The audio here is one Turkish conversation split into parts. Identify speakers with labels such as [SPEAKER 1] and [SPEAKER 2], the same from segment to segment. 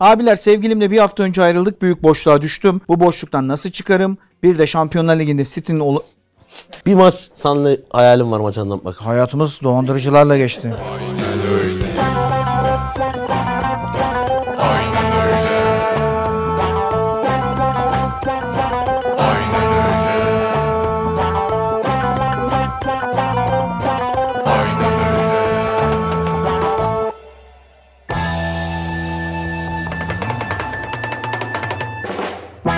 [SPEAKER 1] Abiler sevgilimle bir hafta önce ayrıldık. Büyük boşluğa düştüm. Bu boşluktan nasıl çıkarım? Bir de Şampiyonlar Ligi'nde City'nin ol-
[SPEAKER 2] Bir maç senle hayalim var maç anlatmak.
[SPEAKER 1] Hayatımız dolandırıcılarla geçti.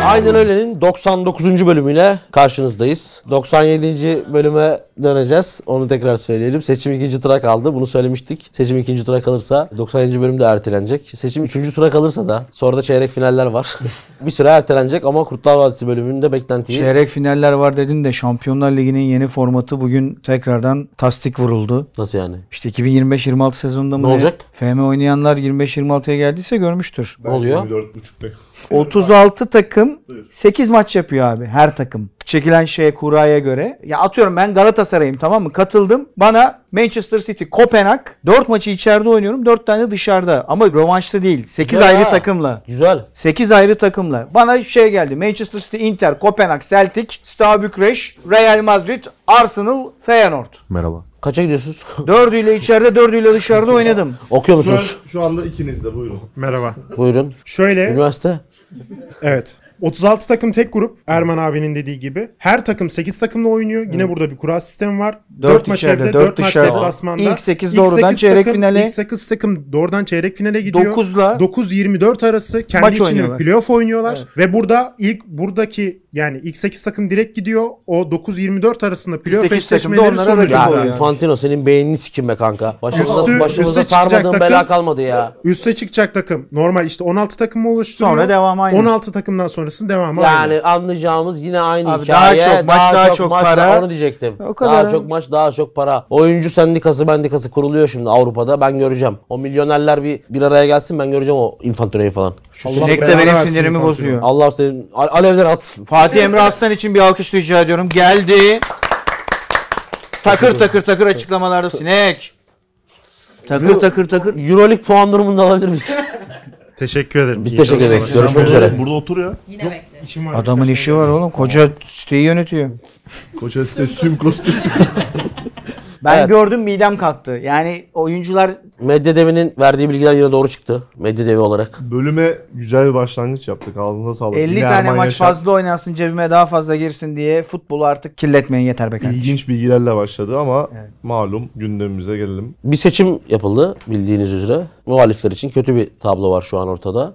[SPEAKER 2] Aynen öyle'nin 99. bölümüyle karşınızdayız. 97. bölüme döneceğiz. Onu tekrar söyleyelim. Seçim ikinci tura kaldı. Bunu söylemiştik. Seçim ikinci tura kalırsa 97. bölüm de ertelenecek. Seçim üçüncü tura kalırsa da sonra da çeyrek finaller var. bir süre ertelenecek ama Kurtlar Vadisi bölümünde beklentiyi
[SPEAKER 1] Çeyrek finaller var dedin de Şampiyonlar Ligi'nin yeni formatı bugün tekrardan tasdik vuruldu.
[SPEAKER 2] nasıl yani?
[SPEAKER 1] İşte 2025-26 sezonunda mı?
[SPEAKER 2] Ne olacak?
[SPEAKER 1] FM oynayanlar 25-26'ya geldiyse görmüştür.
[SPEAKER 2] Ne oluyor?
[SPEAKER 3] 24.5'te.
[SPEAKER 1] 36 takım 8 maç yapıyor abi her takım. Çekilen şeye kuraya göre. Ya atıyorum ben Galatasaray'ım tamam mı? Katıldım. Bana Manchester City, Kopenhag 4 maçı içeride oynuyorum. 4 tane dışarıda. Ama rövanşlı değil. 8
[SPEAKER 2] Güzel
[SPEAKER 1] ayrı
[SPEAKER 2] ha.
[SPEAKER 1] takımla.
[SPEAKER 2] Güzel.
[SPEAKER 1] 8 ayrı takımla. Bana şey geldi. Manchester City, Inter, Kopenhag, Celtic, Steaua Bükreş, Real Madrid, Arsenal, Feyenoord.
[SPEAKER 4] Merhaba.
[SPEAKER 2] Kaça gidiyorsunuz?
[SPEAKER 1] Dördüyle içeride, dördüyle dışarıda oynadım.
[SPEAKER 2] Okuyor musunuz?
[SPEAKER 3] Söz şu anda ikiniz de buyurun.
[SPEAKER 5] Merhaba.
[SPEAKER 2] Buyurun.
[SPEAKER 5] Şöyle,
[SPEAKER 2] Üniversite.
[SPEAKER 5] evet. 36 takım tek grup. Erman abinin dediği gibi. Her takım 8 takımla oynuyor. Yine burada bir kura sistemi var.
[SPEAKER 1] Dört
[SPEAKER 5] 4 maç
[SPEAKER 1] içeride,
[SPEAKER 5] evde,
[SPEAKER 1] dört
[SPEAKER 5] 4 maç
[SPEAKER 1] dışarıda.
[SPEAKER 5] deplasmanda.
[SPEAKER 1] İlk sekiz
[SPEAKER 5] İlk
[SPEAKER 1] doğrudan
[SPEAKER 5] sekiz
[SPEAKER 1] çeyrek
[SPEAKER 5] takım-
[SPEAKER 1] finale.
[SPEAKER 5] İlk 8 takım doğrudan çeyrek finale gidiyor.
[SPEAKER 1] 9'la
[SPEAKER 5] 9-24 arası kendi
[SPEAKER 1] Maç
[SPEAKER 5] içinde
[SPEAKER 1] oynuyorlar.
[SPEAKER 5] playoff oynuyorlar. Ve burada ilk buradaki yani ilk 8 takım direkt gidiyor. O 9-24 arasında playoff
[SPEAKER 1] sekiz takım da
[SPEAKER 5] eşleşmeleri
[SPEAKER 1] onlara rakip oluyor.
[SPEAKER 5] sonucunda.
[SPEAKER 2] Ya
[SPEAKER 1] yani.
[SPEAKER 2] Infantino senin beynini sikim be kanka. Başımıza,
[SPEAKER 5] Üstü-
[SPEAKER 2] başımıza
[SPEAKER 5] üstü çıkacak
[SPEAKER 2] sarmadığın bela
[SPEAKER 5] takım.
[SPEAKER 2] kalmadı ya.
[SPEAKER 5] Üste çıkacak takım normal işte 16 takımı oluşturuyor.
[SPEAKER 1] Sonra devamı aynı.
[SPEAKER 5] 16 takımdan sonrasının devamı aynı.
[SPEAKER 2] Yani anlayacağımız yine aynı
[SPEAKER 1] Abi daha
[SPEAKER 2] hikaye.
[SPEAKER 1] çok maç, daha çok
[SPEAKER 2] maç,
[SPEAKER 1] para.
[SPEAKER 2] daha- onu diyecektim.
[SPEAKER 1] O kadar
[SPEAKER 2] Daha
[SPEAKER 1] abi.
[SPEAKER 2] çok maç, daha çok para. Oyuncu sendikası mendikası kuruluyor şimdi Avrupa'da. Ben göreceğim. O milyonerler bir bir araya gelsin ben göreceğim o Infantino'yu falan. Şu
[SPEAKER 5] Allah
[SPEAKER 1] Sürekli
[SPEAKER 5] belanı
[SPEAKER 1] benim
[SPEAKER 5] versin
[SPEAKER 1] sinirimi
[SPEAKER 5] Infantino.
[SPEAKER 1] bozuyor.
[SPEAKER 2] Allah senin al- alevden atsın.
[SPEAKER 1] Fatih Emre Aslan için bir alkış rica ediyorum. Geldi. Takır takır takır açıklamalarda sinek. Takır takır takır.
[SPEAKER 2] Euroleague puan durumunu da alabilir miyiz?
[SPEAKER 5] Teşekkür ederim.
[SPEAKER 2] Biz teşekkür ederiz. Görüşmek üzere.
[SPEAKER 3] Burada otur ya.
[SPEAKER 6] Yine bekle.
[SPEAKER 5] İşim var.
[SPEAKER 1] Adamın işi var oğlum. Koca siteyi yönetiyor.
[SPEAKER 3] Koça site sümko sitesi.
[SPEAKER 1] Ben
[SPEAKER 2] Evet.
[SPEAKER 1] gördüm midem kalktı. Yani oyuncular
[SPEAKER 2] Medya devinin verdiği bilgiler yine doğru çıktı. Medya devi olarak.
[SPEAKER 3] Bölüme güzel bir başlangıç yaptık. Ağzınıza sağlık.
[SPEAKER 1] 50
[SPEAKER 3] Yine
[SPEAKER 1] tane
[SPEAKER 3] Erman
[SPEAKER 1] maç
[SPEAKER 3] Yaşar
[SPEAKER 1] fazla oynasın cebime daha fazla girsin diye futbolu artık kirletmeyin yeter be kardeşim.
[SPEAKER 3] İlginç bilgilerle başladı ama malum gündemimize gelelim.
[SPEAKER 2] Bir seçim yapıldı bildiğiniz üzere. Muhalifler için kötü bir tablo var şu an ortada.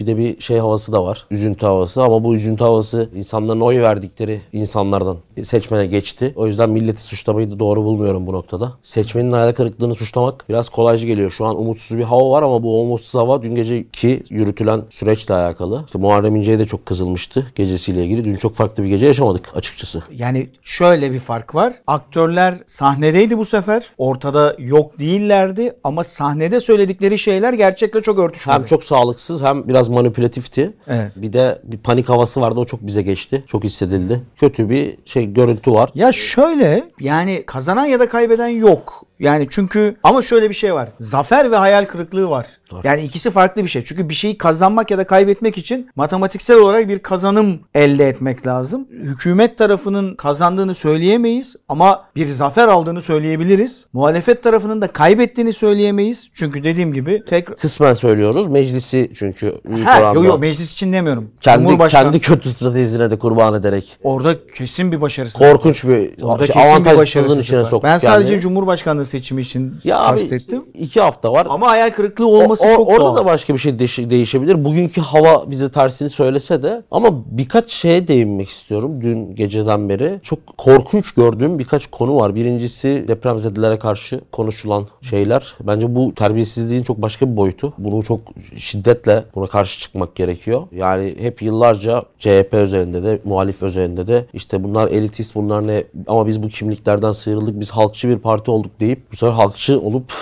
[SPEAKER 2] Bir de bir şey havası da var. Üzüntü havası ama bu üzüntü havası insanların oy verdikleri insanlardan seçmene geçti. O yüzden milleti suçlamayı da doğru bulmuyorum bu noktada. Seçmenin hayal kırıklığını suçlamak biraz kolaycı geliyor. Şu an umutsuz bir hava var ama bu umutsuz hava dün geceki yürütülen süreçle alakalı. İşte Muharrem İnce'ye de çok kızılmıştı gecesiyle ilgili. Dün çok farklı bir gece yaşamadık açıkçası.
[SPEAKER 1] Yani şöyle bir fark var. Aktörler sahnedeydi bu sefer. Ortada yok değillerdi ama sahnede söyledikleri şeyler gerçekle çok örtüşmedi.
[SPEAKER 2] Hem çok sağlıksız hem biraz manipülatifti.
[SPEAKER 1] Evet.
[SPEAKER 2] Bir de bir panik havası vardı o çok bize geçti. Çok hissedildi. Kötü bir şey görüntü var.
[SPEAKER 1] Ya şöyle yani kazanan ya da kaybeden yok. Yani çünkü ama şöyle bir şey var. Zafer ve hayal kırıklığı var. Yani ikisi farklı bir şey. Çünkü bir şeyi kazanmak ya da kaybetmek için matematiksel olarak bir kazanım elde etmek lazım. Hükümet tarafının kazandığını söyleyemeyiz ama bir zafer aldığını söyleyebiliriz. Muhalefet tarafının da kaybettiğini söyleyemeyiz. Çünkü dediğim gibi tek
[SPEAKER 2] Kısmen söylüyoruz. Meclisi çünkü büyük
[SPEAKER 1] Ha,
[SPEAKER 2] oranda
[SPEAKER 1] yo, yo, meclis için demiyorum.
[SPEAKER 2] kendi,
[SPEAKER 1] Cumhurbaşkanı
[SPEAKER 2] kendi kötü stratejisine de kurban ederek
[SPEAKER 1] orada kesin bir başarısı.
[SPEAKER 2] korkunç bir
[SPEAKER 1] Orada
[SPEAKER 2] şey,
[SPEAKER 1] kesin bir
[SPEAKER 2] avantajsızlığın
[SPEAKER 1] başarısızlık
[SPEAKER 2] içine
[SPEAKER 1] var.
[SPEAKER 2] soktuk.
[SPEAKER 1] Ben sadece
[SPEAKER 2] yani.
[SPEAKER 1] Cumhurbaşkanlığı seçimi için
[SPEAKER 2] ya abi,
[SPEAKER 1] kastettim.
[SPEAKER 2] iki hafta var.
[SPEAKER 1] Ama hayal kırıklığı
[SPEAKER 2] O-
[SPEAKER 1] olması
[SPEAKER 2] o-
[SPEAKER 1] çok
[SPEAKER 2] orada
[SPEAKER 1] doğal.
[SPEAKER 2] da başka bir şey değiş- değişebilir. Bugünkü hava bize tersini söylese de ama birkaç şeye değinmek istiyorum dün geceden beri. Çok korkunç gördüğüm birkaç konu var. Birincisi depremzedelere karşı konuşulan şeyler. Bence bu terbiyesizliğin çok başka bir boyutu. Bunu çok şiddetle buna karşı çıkmak gerekiyor. Yani hep yıllarca CHP üzerinde de muhalif üzerinde de işte bunlar elitist bunlar ne ama biz bu kimliklerden sıyrıldık biz halkçı bir parti olduk deyip bu sefer halkçı olup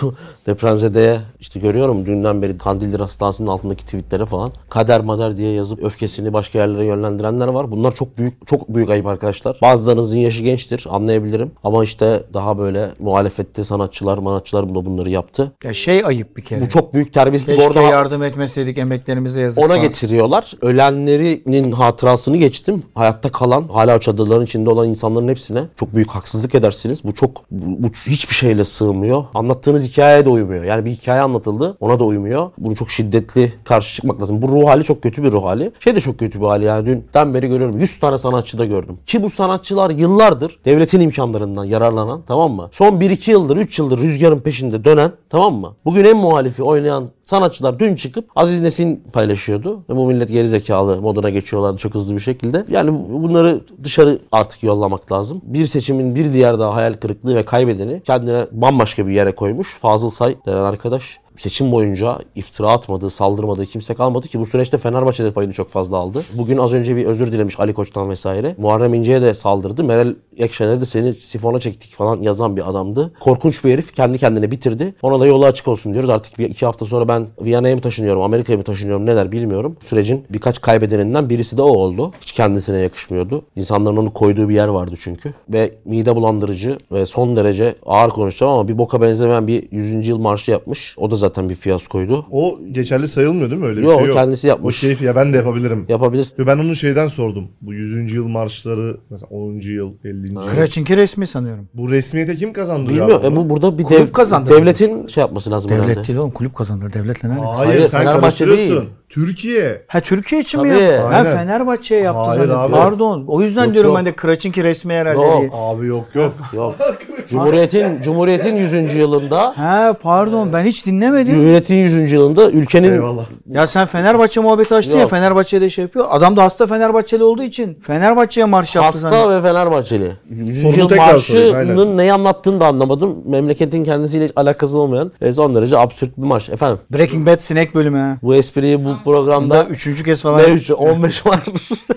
[SPEAKER 2] depremzedeye işte görüyorum dün günden beri Kandilli Rastlantısı'nın altındaki tweetlere falan kader mader diye yazıp öfkesini başka yerlere yönlendirenler var. Bunlar çok büyük çok büyük ayıp arkadaşlar. Bazılarınızın yaşı gençtir anlayabilirim ama işte daha böyle muhalefette sanatçılar manatçılar bu da bunları yaptı.
[SPEAKER 1] Ya şey ayıp bir kere.
[SPEAKER 2] Bu çok büyük terbiyesizlik
[SPEAKER 1] Keşke
[SPEAKER 2] orada
[SPEAKER 1] yardım etmeseydik emeklerimize yazık.
[SPEAKER 2] ona
[SPEAKER 1] falan.
[SPEAKER 2] getiriyorlar. Ölenlerinin hatırasını geçtim. Hayatta kalan, hala o çadırların içinde olan insanların hepsine çok büyük haksızlık edersiniz. Bu çok bu, bu hiçbir şeyle sığmıyor. Anlattığınız hikayeye de uymuyor. Yani bir hikaye anlatıldı, ona da uymuyor. Bunu çok şiddetli karşı çıkmak lazım. Bu ruh hali çok kötü bir ruh hali. Şey de çok kötü bir hali yani dünden beri görüyorum. 100 tane sanatçı da gördüm. Ki bu sanatçılar yıllardır devletin imkanlarından yararlanan tamam mı? Son 1-2 yıldır, 3 yıldır rüzgarın peşinde dönen tamam mı? Bugün en muhalifi oynayan sanatçılar dün çıkıp Aziz Nesin paylaşıyordu. Ve Bu millet geri zekalı moduna geçiyorlar çok hızlı bir şekilde. Yani bu- bunları dışarı artık yollamak lazım. Bir seçimin bir diğer daha hayal kırıklığı ve kaybedeni kendine bambaşka bir yere koymuş. Fazıl Say denen arkadaş seçim boyunca iftira atmadığı, saldırmadığı kimse kalmadı ki bu süreçte Fenerbahçe de payını çok fazla aldı. Bugün az önce bir özür dilemiş Ali Koç'tan vesaire. Muharrem İnce'ye de saldırdı. Meral Ekşener'e de seni sifona çektik falan yazan bir adamdı. Korkunç bir herif kendi kendine bitirdi. Ona da yolu açık olsun diyoruz. Artık bir iki hafta sonra ben Viyana'ya mı taşınıyorum, Amerika'ya mı taşınıyorum neler bilmiyorum. Sürecin birkaç kaybedeninden birisi de o oldu. Hiç kendisine yakışmıyordu. İnsanların onu koyduğu bir yer vardı çünkü. Ve mide bulandırıcı ve son derece ağır konuşacağım ama bir boka benzemeyen bir 100. yıl marşı yapmış. O da zaten bir fiyaskoydu.
[SPEAKER 3] O geçerli sayılmıyor değil mi? Öyle bir
[SPEAKER 2] Yok,
[SPEAKER 3] şey yok.
[SPEAKER 2] kendisi yapmış.
[SPEAKER 3] O keyif ya ben de yapabilirim.
[SPEAKER 2] Yapabilirsin.
[SPEAKER 3] Yo, Ben onun şeyden sordum. Bu 100. yıl marşları mesela 10. yıl, 50. yıl.
[SPEAKER 1] Kıraçinki resmi sanıyorum.
[SPEAKER 3] Bu resmiyete kim kazandı?
[SPEAKER 2] Bilmiyorum. E bu burada bir
[SPEAKER 1] Kulüp
[SPEAKER 2] dev-
[SPEAKER 1] kazandı.
[SPEAKER 2] devletin şey yapması lazım
[SPEAKER 1] Devlet
[SPEAKER 2] herhalde.
[SPEAKER 1] değil oğlum kulüp kazanır. Devletle ne alakası?
[SPEAKER 3] Hayır,
[SPEAKER 2] Hayır,
[SPEAKER 3] sen
[SPEAKER 2] Fenerbahçe
[SPEAKER 3] karıştırıyorsun.
[SPEAKER 2] değil.
[SPEAKER 3] Türkiye.
[SPEAKER 1] Ha Türkiye için mi
[SPEAKER 2] Tabii.
[SPEAKER 1] yaptı? Ha
[SPEAKER 3] Aynen.
[SPEAKER 1] Fenerbahçe'ye yaptı
[SPEAKER 3] Hayır
[SPEAKER 1] zannediyorum.
[SPEAKER 3] abi.
[SPEAKER 1] Pardon. O yüzden diyorum
[SPEAKER 2] yok.
[SPEAKER 1] ben de Kıraçinki resmi herhalde
[SPEAKER 2] Yok.
[SPEAKER 1] diye.
[SPEAKER 3] Abi yok yok.
[SPEAKER 2] Yok. Cumhuriyetin Cumhuriyetin 100. yılında
[SPEAKER 1] Ha pardon ben hiç dinlemedim.
[SPEAKER 2] Cumhuriyetin 100. yılında ülkenin
[SPEAKER 3] Eyvallah.
[SPEAKER 1] Ya sen Fenerbahçe muhabbeti açtın ya
[SPEAKER 2] Yok.
[SPEAKER 1] Fenerbahçe'de şey yapıyor. Adam da hasta Fenerbahçeli olduğu için Fenerbahçe'ye marş yaptı zannediyorum.
[SPEAKER 2] Hasta ve Fenerbahçeli.
[SPEAKER 3] Sorunu
[SPEAKER 2] Yüzyıl
[SPEAKER 3] tekrar sorayım, aynen.
[SPEAKER 2] Marşı'nın neyi anlattığını da anlamadım. Memleketin kendisiyle hiç alakası olmayan e, son derece absürt bir marş. Efendim
[SPEAKER 1] Breaking Bad sinek bölümü ha.
[SPEAKER 2] bu espriyi bu
[SPEAKER 1] Bunda
[SPEAKER 2] programda
[SPEAKER 1] üçüncü kez falan.
[SPEAKER 2] ne 3 15 var.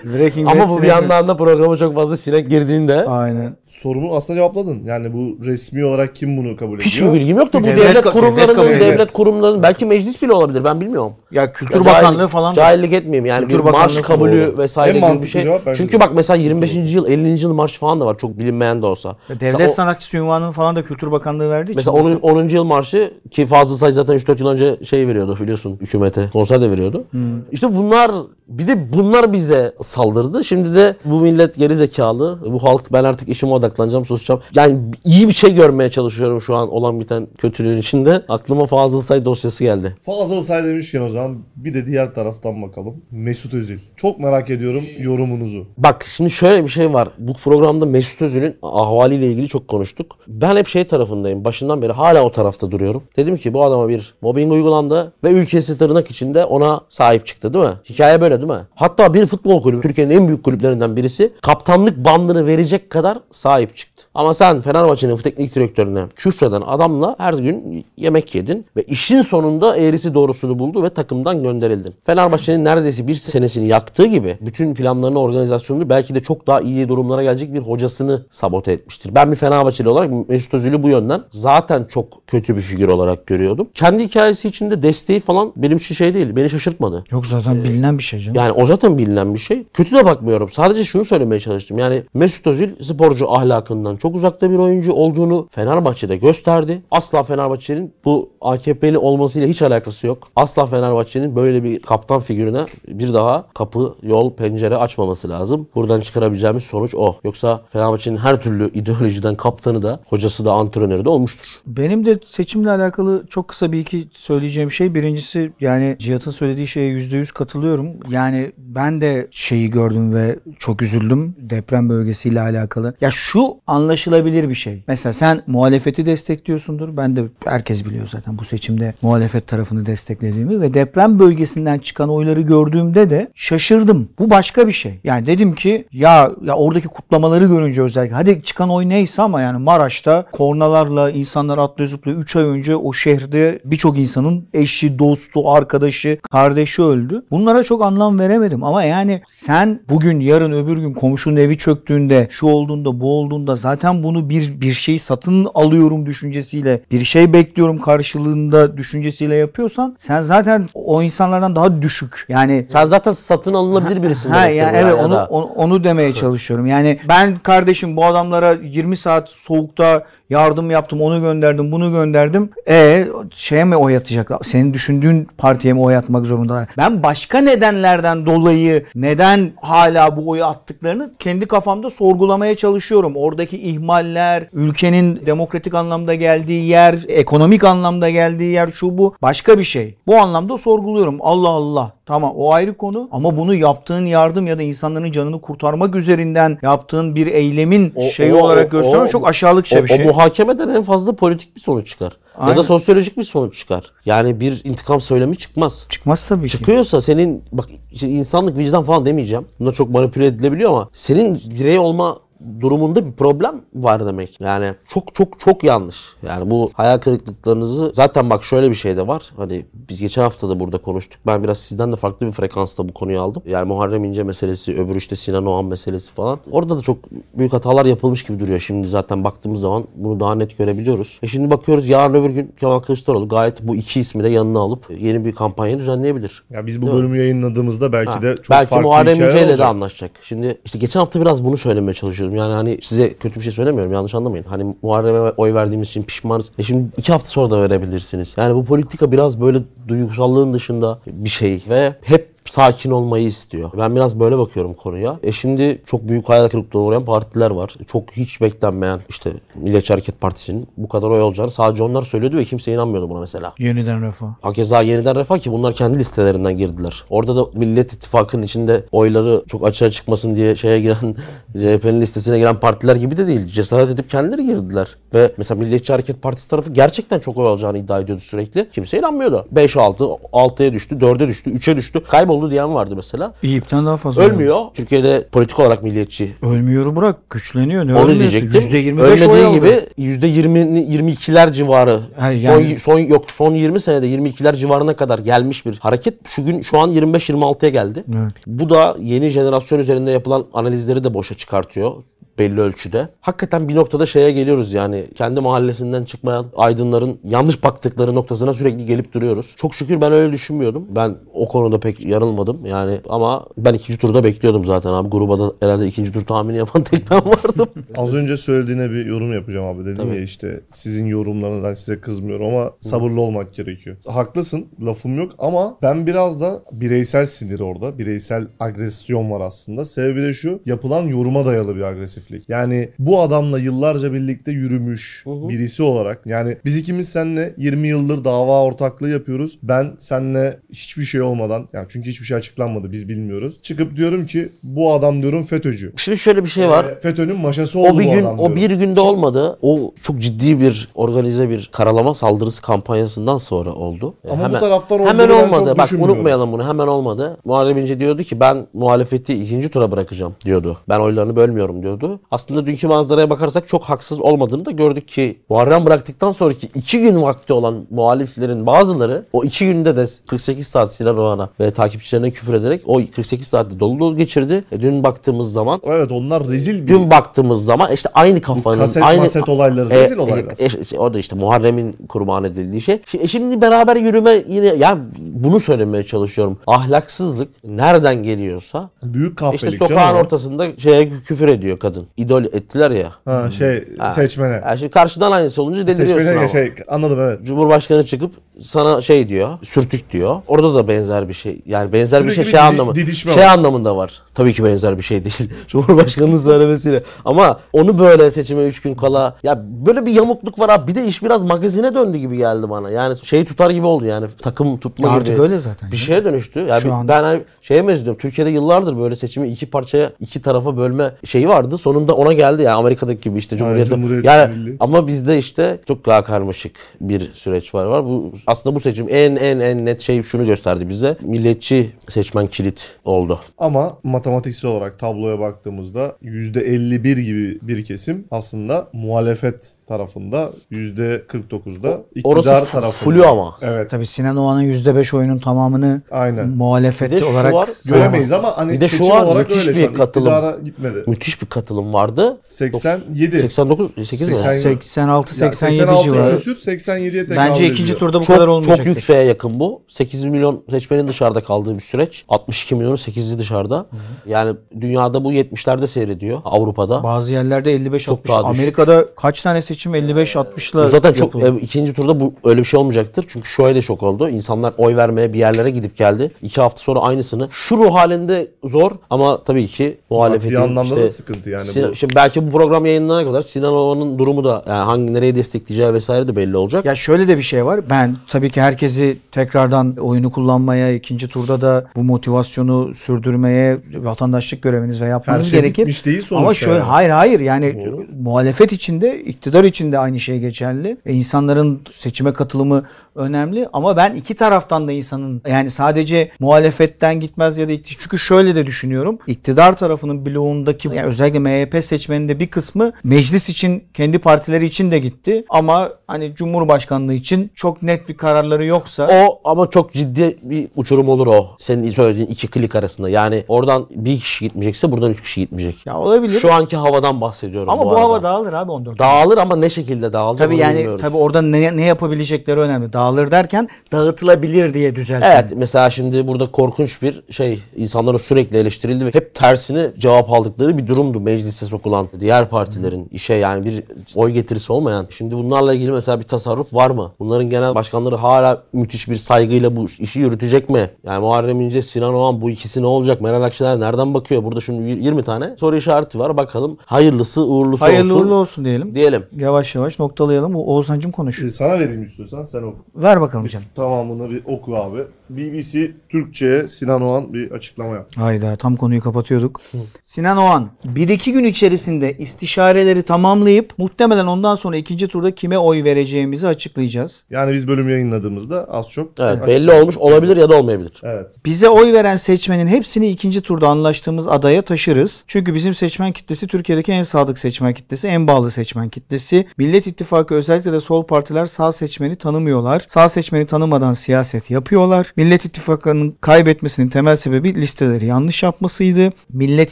[SPEAKER 1] Breaking Bad
[SPEAKER 2] Ama bu bir
[SPEAKER 1] sinek bölümü.
[SPEAKER 2] yandan da programa çok fazla sinek girdiğinde
[SPEAKER 1] Aynen.
[SPEAKER 3] Sorumu aslında cevapladın. Yani bu resmi olarak kim bunu kabul ediyor?
[SPEAKER 2] hiçbir bilgim yok da bu
[SPEAKER 1] Devlet-
[SPEAKER 2] devlet,
[SPEAKER 1] devlet
[SPEAKER 2] kurumlarının,
[SPEAKER 1] kabul-
[SPEAKER 2] devlet,
[SPEAKER 3] evet.
[SPEAKER 2] kurumlarının belki meclis bile olabilir ben bilmiyorum.
[SPEAKER 1] Ya Kültür
[SPEAKER 2] Ya
[SPEAKER 1] Bakanlığı
[SPEAKER 2] cahillik-
[SPEAKER 1] falan. da-
[SPEAKER 2] Cahillik etmeyeyim yani
[SPEAKER 1] Kültür
[SPEAKER 2] bir marş
[SPEAKER 1] Bakanlığı falan
[SPEAKER 2] kabulü
[SPEAKER 3] olur. En
[SPEAKER 2] vesaire gibi bir
[SPEAKER 3] mantıklı
[SPEAKER 2] şey.
[SPEAKER 3] cevap bence
[SPEAKER 2] Çünkü
[SPEAKER 3] de.
[SPEAKER 2] bak mesela 25. yıl 50. yıl marşı falan da var çok bilinmeyen de olsa. Mesela
[SPEAKER 1] Devlet
[SPEAKER 2] o-
[SPEAKER 1] sanatçısı unvanını falan da Kültür Bakanlığı verdiği için.
[SPEAKER 2] Mesela 10. 10. yıl marşı ki Fazıl Say zaten 3-4 yıl önce şey veriyordu biliyorsun hükümete. Konser de veriyordu. İşte bunlar bir de bunlar bize saldırdı. Şimdi de bu millet geri zekalı. Bu halk ben artık işime odaklanacağım, susacağım. Yani iyi bir şey görmeye çalışıyorum şu an olan biten kötülüğün içinde. Aklıma Fazıl Say dosyası geldi.
[SPEAKER 3] Fazıl Say demişken o zaman bir de diğer taraftan bakalım. Mesut Özil. Çok merak ediyorum
[SPEAKER 2] Ee,
[SPEAKER 3] yorumunuzu.
[SPEAKER 2] Bak şimdi şöyle bir şey var. Bu programda Mesut Özil'in ahvaliyle ilgili çok konuştuk. Ben hep şey tarafındayım. Başından beri hala o tarafta duruyorum. Dedim ki bu adama bir mobbing uygulandı ve ülkesi tırnak içinde ona sahip çıktı değil mi? Hikaye böyle değil mi? Hatta bir futbol kulübü, Türkiye'nin en büyük kulüplerinden birisi kaptanlık bandını verecek kadar sahip çıktı. Ama sen Fenerbahçe'nin teknik direktörüne küfreden adamla her gün yemek yedin ve işin sonunda eğrisi doğrusunu buldu ve takımdan gönderildin. Fenerbahçe'nin neredeyse bir senesini yaktığı gibi bütün planlarını, organizasyonunu belki de çok daha iyi durumlara gelecek bir hocasını sabote etmiştir. Ben bir Fenerbahçeli olarak Mesut Özil'i bu yönden zaten çok kötü bir figür olarak görüyordum. Kendi hikayesi içinde desteği falan benim için şey değil, beni şaşırtmadı.
[SPEAKER 1] Yok
[SPEAKER 2] Ee,
[SPEAKER 1] zaten bilinen bir şey canım.
[SPEAKER 2] Yani o zaten bilinen bir şey. Kötü de bakmıyorum. Sadece şunu söylemeye çalıştım. Yani Mesut Özil sporcu ahlakından çok uzakta bir oyuncu olduğunu Fenerbahçe'de gösterdi. Asla Fenerbahçe'nin bu AKP'li olmasıyla hiç alakası yok. Asla Fenerbahçe'nin böyle bir kaptan figürüne bir daha kapı, yol, pencere açmaması lazım. Buradan çıkarabileceğimiz sonuç o. Yoksa Fenerbahçe'nin her türlü ideolojiden kaptanı da, hocası da, antrenörü de olmuştur.
[SPEAKER 1] Benim de seçimle alakalı çok kısa bir iki söyleyeceğim şey. Birincisi yani Cihat'ın söylediği şeye yüzde yüz katılıyorum. Yani ben de şeyi gördüm ve çok üzüldüm deprem bölgesiyle alakalı. Ya şu anlaşılabilir bir şey. Mesela sen muhalefeti destekliyorsundur. Ben de herkes biliyor zaten bu seçimde muhalefet tarafını desteklediğimi ve deprem bölgesinden çıkan oyları gördüğümde de şaşırdım. Bu başka bir şey. Yani dedim ki ya ya oradaki kutlamaları görünce özellikle hadi çıkan oy neyse ama yani Maraş'ta kornalarla insanlar atlıyor zıplıyor. 3 ay önce o şehirde birçok insanın eşi, dostu, arkadaşı, kardeşi öldü. Bunlara çok anlam veremedim ama yani sen bugün yarın öbür gün komşunun evi çöktüğünde şu olduğunda bu olduğunda zaten zaten bunu bir bir şeyi satın alıyorum düşüncesiyle, bir şey bekliyorum karşılığında düşüncesiyle yapıyorsan sen zaten o insanlardan daha düşük. Yani
[SPEAKER 2] Sen zaten satın alınabilir birisin.
[SPEAKER 1] Ha
[SPEAKER 2] demektir
[SPEAKER 1] ya
[SPEAKER 2] bu
[SPEAKER 1] evet
[SPEAKER 2] ya
[SPEAKER 1] onu,
[SPEAKER 2] da-
[SPEAKER 1] onu onu demeye çalışıyorum. Yani ben kardeşim bu adamlara 20 saat soğukta yardım yaptım, onu gönderdim, bunu gönderdim. E şeye mi oy atacak? Senin düşündüğün partiye mi oy atmak zorunda? Ben başka nedenlerden dolayı neden hala bu oyu attıklarını kendi kafamda sorgulamaya çalışıyorum. Oradaki ihmaller, ülkenin demokratik anlamda geldiği yer, ekonomik anlamda geldiği yer şu bu başka bir şey. Bu anlamda sorguluyorum. Allah Allah. Tamam o ayrı konu ama bunu yaptığın yardım ya da insanların canını kurtarmak üzerinden yaptığın bir eylemin
[SPEAKER 2] O-
[SPEAKER 1] şeyi
[SPEAKER 2] o-
[SPEAKER 1] olarak
[SPEAKER 2] o-
[SPEAKER 1] göstermek
[SPEAKER 2] o-
[SPEAKER 1] çok aşağılıkça
[SPEAKER 2] o,
[SPEAKER 1] bir şey.
[SPEAKER 2] O muhakemeden en fazla politik bir sonuç çıkar. Ya
[SPEAKER 1] Aynen.
[SPEAKER 2] da sosyolojik bir sonuç çıkar. Yani bir intikam söylemi çıkmaz.
[SPEAKER 1] Çıkmaz tabii ki.
[SPEAKER 2] Çıkıyorsa senin bak işte insanlık vicdan falan demeyeceğim. Bunlar çok manipüle edilebiliyor ama senin birey olma durumunda bir problem var demek. Yani çok çok çok yanlış. Yani bu hayal kırıklıklarınızı zaten bak şöyle bir şey de var. Hani biz geçen hafta da burada konuştuk. Ben biraz sizden de farklı bir frekansta bu konuyu aldım. Yani Muharrem İnce meselesi, öbür işte Sinan Oğan meselesi falan. Orada da çok büyük hatalar yapılmış gibi duruyor. Şimdi zaten baktığımız zaman bunu daha net görebiliyoruz. E şimdi bakıyoruz yarın öbür gün Kemal Kılıçdaroğlu gayet bu iki ismi de yanına alıp yeni bir kampanya düzenleyebilir.
[SPEAKER 3] Ya biz bu bölümü yayınladığımızda belki
[SPEAKER 2] Ha,
[SPEAKER 3] de çok
[SPEAKER 2] belki
[SPEAKER 3] farklı
[SPEAKER 2] Muharrem
[SPEAKER 3] hikayeler
[SPEAKER 2] İnce'yle de
[SPEAKER 3] olacak.
[SPEAKER 2] anlaşacak. Şimdi işte geçen hafta biraz bunu söylemeye çalışıyordum. Yani hani size kötü bir şey söylemiyorum yanlış anlamayın. Hani Muharrem'e oy verdiğimiz için pişmanız. E şimdi iki hafta sonra da verebilirsiniz. Yani bu politika biraz böyle duygusallığın dışında bir şey ve hep sakin olmayı istiyor. Ben biraz böyle bakıyorum konuya. E şimdi çok büyük hayal kırıklığına uğrayan partiler var. Çok hiç beklenmeyen işte Milliyetçi Hareket Partisi'nin bu kadar oy olacağını sadece onlar söylüyordu ve kimse inanmıyordu buna mesela.
[SPEAKER 1] Yeniden refah.
[SPEAKER 2] Hakeza yeniden refah ki bunlar kendi listelerinden girdiler. Orada da Millet İttifakı'nın içinde oyları çok açığa çıkmasın diye şeye giren CHP'nin listesine giren partiler gibi de değil. Cesaret edip kendileri girdiler. Ve mesela Milliyetçi Hareket Partisi tarafı gerçekten çok oy alacağını iddia ediyordu sürekli. Kimse inanmıyordu. 5 6 6'ya düştü, 4'e düştü, 3'e düştü. Kayboldu diyen vardı mesela.
[SPEAKER 1] İyipten daha fazla.
[SPEAKER 2] Ölmüyor. Türkiye'de politik olarak milliyetçi
[SPEAKER 1] Ölmüyorum bırak. Güçleniyor. Ne
[SPEAKER 2] onu
[SPEAKER 1] ölmüyorsun?
[SPEAKER 2] diyecektim.
[SPEAKER 1] %25 oy
[SPEAKER 2] Ölmediği
[SPEAKER 1] aldı.
[SPEAKER 2] gibi %20'nin 22'ler civarı.
[SPEAKER 1] Hayır,
[SPEAKER 2] son,
[SPEAKER 1] yani-
[SPEAKER 2] son yok son 20 senede 22'ler civarına kadar gelmiş bir hareket. Şu gün şu an 25 26'ya geldi.
[SPEAKER 1] Evet.
[SPEAKER 2] Bu da yeni jenerasyon üzerinde yapılan analizleri de boşa çıkartıyor belli ölçüde. Hakikaten bir noktada şeye geliyoruz yani kendi mahallesinden çıkmayan aydınların yanlış baktıkları noktasına sürekli gelip duruyoruz. Çok şükür ben öyle düşünmüyordum. Ben o konuda pek yanılmadım yani ama ben ikinci turda bekliyordum zaten abi. Gruba da herhalde ikinci tur tahmini yapan tek ben vardım.
[SPEAKER 3] Az önce söylediğine bir yorum yapacağım abi. Dedin ya işte sizin yorumlarınızdan size kızmıyorum ama sabırlı olmak gerekiyor. Haklısın lafım yok ama ben biraz da bireysel sinir orada. Bireysel agresyon var aslında. Sebebi de şu yapılan yoruma dayalı bir agresiflik. Yani bu adamla yıllarca birlikte yürümüş birisi olarak yani biz ikimiz seninle 20 yıldır dava ortaklığı yapıyoruz. Ben seninle hiçbir şey olmadan yani çünkü hiçbir şey açıklanmadı biz bilmiyoruz. Çıkıp diyorum ki bu adam diyorum FETÖ'cü.
[SPEAKER 2] Şimdi şöyle bir şey var.
[SPEAKER 3] Ee, FETÖ'nün maşası oldu
[SPEAKER 2] o bir
[SPEAKER 3] bu
[SPEAKER 2] gün
[SPEAKER 3] adam
[SPEAKER 2] o
[SPEAKER 3] diyorum.
[SPEAKER 2] bir günde olmadı. O çok ciddi bir organize bir karalama saldırısı kampanyasından sonra oldu. Ee,
[SPEAKER 3] Ama bu taraftan
[SPEAKER 2] hemen
[SPEAKER 3] olduğunu ben
[SPEAKER 2] olmadı.
[SPEAKER 3] çok
[SPEAKER 2] Bak
[SPEAKER 3] düşünmüyorum.
[SPEAKER 2] unutmayalım bunu. Hemen olmadı. Muharrem İnce diyordu ki ben muhalefeti ikinci tura bırakacağım diyordu. Ben oylarını bölmüyorum diyordu. Aslında dünkü manzaraya bakarsak çok haksız olmadığını da gördük ki Muharrem bıraktıktan sonraki iki gün vakti olan muhaliflerin bazıları o iki günde de 48 saat Sinan Oğan'a ve takipçilerine küfür ederek o 48 saatte dolu dolu geçirdi. E, dün baktığımız zaman
[SPEAKER 3] Evet onlar rezil bir
[SPEAKER 2] dün baktığımız zaman işte aynı kafanın
[SPEAKER 3] kaset
[SPEAKER 2] aynı
[SPEAKER 3] maset olayları, rezil olaylar.
[SPEAKER 2] e, e, orada işte Muharrem'in kurban edildiği şey. Şi- e, Şimdi beraber yürüme yine ya bunu söylemeye çalışıyorum. Ahlaksızlık nereden geliyorsa
[SPEAKER 3] büyük kahpelik
[SPEAKER 2] işte
[SPEAKER 3] canım
[SPEAKER 2] sokağın
[SPEAKER 3] o.
[SPEAKER 2] ortasında şeye küfür ediyor kadın. İdol ettiler ya.
[SPEAKER 3] Ha, şey
[SPEAKER 2] Hmm. Ha.
[SPEAKER 3] seçmene.
[SPEAKER 2] Ya şimdi karşıdan aynısı olunca deliriyorsun
[SPEAKER 3] Seçmene
[SPEAKER 2] ama.
[SPEAKER 3] şey anladım evet.
[SPEAKER 2] Cumhurbaşkanı çıkıp sana şey diyor, sürtük diyor. Orada da benzer bir şey. Yani benzer bir
[SPEAKER 3] Sürekli
[SPEAKER 2] şey
[SPEAKER 3] bir
[SPEAKER 2] şey
[SPEAKER 3] didi-
[SPEAKER 2] anlamı.
[SPEAKER 3] didişme
[SPEAKER 2] Şey
[SPEAKER 3] var.
[SPEAKER 2] anlamında var. Tabii ki benzer bir şey değil. Cumhurbaşkanının söylemesiyle. Ama onu böyle seçime 3 gün kala ya böyle bir yamukluk var abi. Bir de iş biraz magazine döndü gibi geldi bana. Yani şeyi tutar gibi oldu yani takım tutma
[SPEAKER 1] Ya
[SPEAKER 2] gibi.
[SPEAKER 1] artık öyle zaten.
[SPEAKER 2] Bir şeye dönüştü. Yani
[SPEAKER 1] Şu
[SPEAKER 2] bir-
[SPEAKER 1] anda.
[SPEAKER 2] ben hani şeye mezunum. Türkiye'de yıllardır böyle seçimi iki parçaya, iki tarafa bölme şeyi vardı. Sonunda ona geldi ya yani Amerika'daki gibi işte Cumhuriyet.
[SPEAKER 3] Cumhuriyet
[SPEAKER 2] yani
[SPEAKER 3] Milli.
[SPEAKER 2] ama bizde işte çok daha karmaşık bir süreç var var. Bu aslında bu seçim en en en net şey şunu gösterdi bize. Milliyetçi seçmen kilit oldu.
[SPEAKER 3] Ama matematiksel olarak tabloya baktığımızda %51 gibi bir kesim aslında muhalefet tarafında %49'da
[SPEAKER 2] Orası
[SPEAKER 3] iktidar tarafında.
[SPEAKER 2] flu ama.
[SPEAKER 3] Evet
[SPEAKER 1] Tabii Sinan Oğan'ın %5 oyunun tamamını
[SPEAKER 3] aynen.
[SPEAKER 1] muhalefet
[SPEAKER 2] Bir de şu
[SPEAKER 1] olarak
[SPEAKER 2] var,
[SPEAKER 1] sayamaz.
[SPEAKER 3] Göremeyiz ama hani
[SPEAKER 2] Bir de şu
[SPEAKER 3] seçim
[SPEAKER 2] an
[SPEAKER 3] olarak
[SPEAKER 2] müthiş
[SPEAKER 3] öyle
[SPEAKER 2] bir
[SPEAKER 3] şu an
[SPEAKER 2] katılım.
[SPEAKER 3] iktidara gitmedi.
[SPEAKER 2] Müthiş bir katılım vardı.
[SPEAKER 3] 87.
[SPEAKER 2] 89, 8 mi?
[SPEAKER 3] 80 Ya
[SPEAKER 1] 86-87 civarı.
[SPEAKER 3] küsür 87'ye tekabül
[SPEAKER 1] Bence ikinci
[SPEAKER 3] ediyor.
[SPEAKER 1] turda bu kadar
[SPEAKER 2] Çok,
[SPEAKER 1] olmayacak.
[SPEAKER 2] çok yükseğe yakın bu. 8 milyon seçmenin dışarıda kaldığı bir süreç. 62 milyonun 8'i dışarıda. Yani dünyada bu 70'lerde seyrediyor Avrupa'da.
[SPEAKER 1] Bazı yerlerde 55 60.
[SPEAKER 2] daha düşük.
[SPEAKER 1] Amerika'da kaç tane seçim 55 60'la
[SPEAKER 2] Bu zaten çok e, ikinci turda bu öyle bir şey olmayacaktır. Çünkü şöyle de şok oldu. İnsanlar oy vermeye bir yerlere gidip geldi. İki hafta sonra aynısını. Şu ruh halinde zor ama tabii ki muhalefetin
[SPEAKER 3] Maddi anlamda
[SPEAKER 2] işte,
[SPEAKER 3] da sıkıntı yani
[SPEAKER 2] Sin-
[SPEAKER 3] bu.
[SPEAKER 2] Şimdi belki bu program yayınlanana kadar Sinan Oğan'ın durumu da yani hangi nereye destekleyeceği vesaire de belli olacak.
[SPEAKER 1] Ya şöyle de bir şey var. Ben tabii ki herkesi tekrardan oyunu kullanmaya, ikinci turda da bu motivasyonu sürdürmeye vatandaşlık göreviniz ve yapmanız
[SPEAKER 3] Her şey
[SPEAKER 1] gerekir.
[SPEAKER 3] bitmiş değil sonuçta
[SPEAKER 1] Ama şöyle
[SPEAKER 3] yani.
[SPEAKER 1] hayır hayır yani muhalefet içinde, iktidar içinde aynı şey geçerli. Ve insanların seçime katılımı önemli ama ben iki taraftan da insanın yani sadece muhalefetten gitmez ya da ikti- çünkü şöyle de düşünüyorum. İktidar tarafının bloğundaki yani özellikle MHP seçmeninde bir kısmı meclis için kendi partileri için de gitti ama hani Cumhurbaşkanlığı için çok net bir kararları yoksa
[SPEAKER 2] O ama çok ciddi bir uçurum olur o. Senin söylediğin iki klik arasında. Yani oradan bir kişi gitmeyecekse buradan üç kişi gitmeyecek.
[SPEAKER 1] ya olabilir.
[SPEAKER 2] Şu anki havadan bahsediyorum
[SPEAKER 1] ama bu,
[SPEAKER 2] arada.
[SPEAKER 1] hava dağılır abi 14
[SPEAKER 2] dağılır ama ne şekilde dağılır
[SPEAKER 1] Tabii
[SPEAKER 2] onu
[SPEAKER 1] yani
[SPEAKER 2] bilmiyoruz.
[SPEAKER 1] tabii orada ne, ne yapabilecekleri önemli. Dağılır derken dağıtılabilir diye düzeltin.
[SPEAKER 2] Evet mesela şimdi burada korkunç bir şey insanların sürekli eleştirildi ve hep tersini cevap aldıkları bir durumdu meclise sokulan diğer partilerin işe yani bir oy getirisi olmayan. Şimdi bunlarla ilgili mesela bir tasarruf var mı? Bunların genel başkanları hala müthiş bir saygıyla bu işi yürütecek mi? Yani Muharrem İnce, Sinan Oğan bu ikisi ne olacak? Meral Akşener nereden bakıyor? Burada şimdi 20 tane soru işareti var. Bakalım hayırlısı uğurlusu
[SPEAKER 1] Hayırlı
[SPEAKER 2] olsun.
[SPEAKER 1] uğurlu olsun diyelim.
[SPEAKER 2] Diyelim.
[SPEAKER 1] Yavaş yavaş noktalayalım. O- Oğuzhan'cım konuş.
[SPEAKER 3] Ee, Sana vereyim istiyorsan sen oku.
[SPEAKER 1] Ver bakalım canım.
[SPEAKER 3] Tamamını bir oku abi. BBC Türkçe'ye Sinan Oğan bir açıklama yaptı.
[SPEAKER 1] Hayda tam konuyu kapatıyorduk. Sinan Oğan 1-2 gün içerisinde istişareleri tamamlayıp muhtemelen ondan sonra ikinci turda kime oy vereceğimizi açıklayacağız.
[SPEAKER 3] Yani biz bölüm yayınladığımızda az çok.
[SPEAKER 2] Evet belli olmuş olabilir ya da olmayabilir.
[SPEAKER 3] Evet.
[SPEAKER 1] Bize oy veren seçmenin hepsini ikinci turda anlaştığımız adaya taşırız. Çünkü bizim seçmen kitlesi Türkiye'deki en sadık seçmen kitlesi, en bağlı seçmen kitlesi. Millet İttifakı özellikle de sol partiler sağ seçmeni tanımıyorlar. Sağ seçmeni tanımadan siyaset yapıyorlar. Millet İttifakı'nın kaybetmesinin temel sebebi listeleri yanlış yapmasıydı. Millet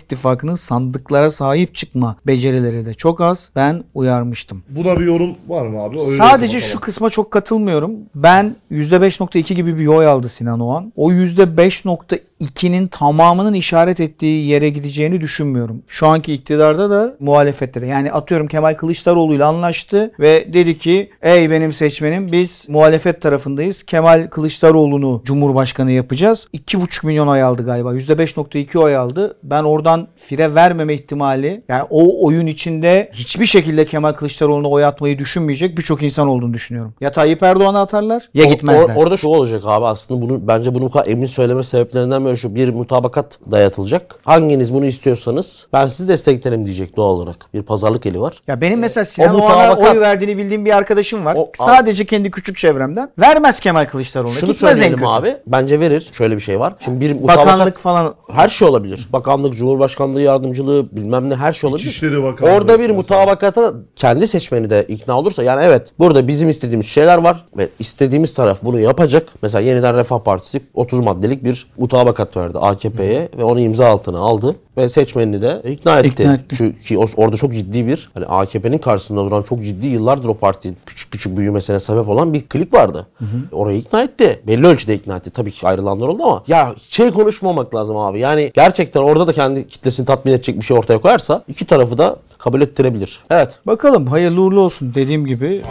[SPEAKER 1] İttifakı'nın sandıklara sahip çıkma becerileri de çok az. Ben uyarmıştım.
[SPEAKER 3] Buna bir yorum var mı abi? Öyle
[SPEAKER 1] Sadece
[SPEAKER 3] bakalım.
[SPEAKER 1] şu kısma çok katılmıyorum. Ben %5.2 gibi bir oy aldı Sinan Oğan. O %5.2'nin tamamının işaret ettiği yere gideceğini düşünmüyorum. Şu anki iktidarda da muhalefette de. Yani atıyorum Kemal Kılıçdaroğlu ile anlaştı ve dedi ki ey benim seçmenim biz muhalefet tarafındayız. Kemal Kılıçdaroğlu'nu Cumhurbaşkanı yapacağız. 2,5 milyon oy aldı galiba. %5.2 oy aldı. Ben oradan fire vermeme ihtimali yani o oyun içinde hiçbir şekilde Kemal Kılıçdaroğlu'na oy atmayı düşünmeyecek birçok insan olduğunu düşünüyorum. Ya Tayyip Erdoğan'a atarlar ya
[SPEAKER 2] O-
[SPEAKER 1] gitmezler.
[SPEAKER 2] or- orada şu olacak abi aslında bunu bence bunu bu kadar emin söyleme sebeplerinden biri şu. Bir mutabakat dayatılacak. Hanginiz bunu istiyorsanız ben sizi desteklerim diyecek doğal olarak. Bir pazarlık eli var.
[SPEAKER 1] ya benim mesela Sinan
[SPEAKER 2] Ee, o
[SPEAKER 1] Oğan'a
[SPEAKER 2] mutabakat-
[SPEAKER 1] oy verdiğini bildiğim bir arkadaşım var.
[SPEAKER 2] O-
[SPEAKER 1] Sadece kendi küçük çevremden. Vermez Kemal Kılıçdaroğlu'na.
[SPEAKER 2] Şunu
[SPEAKER 1] Gitmez en
[SPEAKER 2] söyleyelim
[SPEAKER 1] kötü.
[SPEAKER 2] abi. Bence verir. Şöyle bir şey var. Şimdi bir mutabakat
[SPEAKER 1] Bakanlık falan.
[SPEAKER 2] her şey olabilir. Bakanlık, Cumhurbaşkanlığı yardımcılığı bilmem ne her şey olabilir.
[SPEAKER 3] İçişleri Bakanlığı
[SPEAKER 2] Orada bir
[SPEAKER 3] mesela.
[SPEAKER 2] mutabakata kendi seçmeni de ikna olursa yani evet burada bizim istediğimiz şeyler var ve istediğimiz taraf bunu yapacak. Mesela yeniden Refah Partisi 30 maddelik bir mutabakat verdi AKP'ye ve onu imza altına aldı ve seçmenini de ikna etti.
[SPEAKER 1] İkna etti.
[SPEAKER 2] Çünkü o- orada çok ciddi bir hani AKP'nin karşısında duran çok ciddi yıllardır o partinin küçük küçük büyümesine sebep olan bir klik vardı. Orayı ikna etti. Belli ölçüde ikna etti. Tabii ki ayrılanlar oldu ama ya şey konuşmamak lazım abi. Yani gerçekten orada da kendi kitlesini tatmin edecek bir şey ortaya koyarsa iki tarafı da kabul ettirebilir. Evet.
[SPEAKER 1] Bakalım hayırlı uğurlu olsun dediğim gibi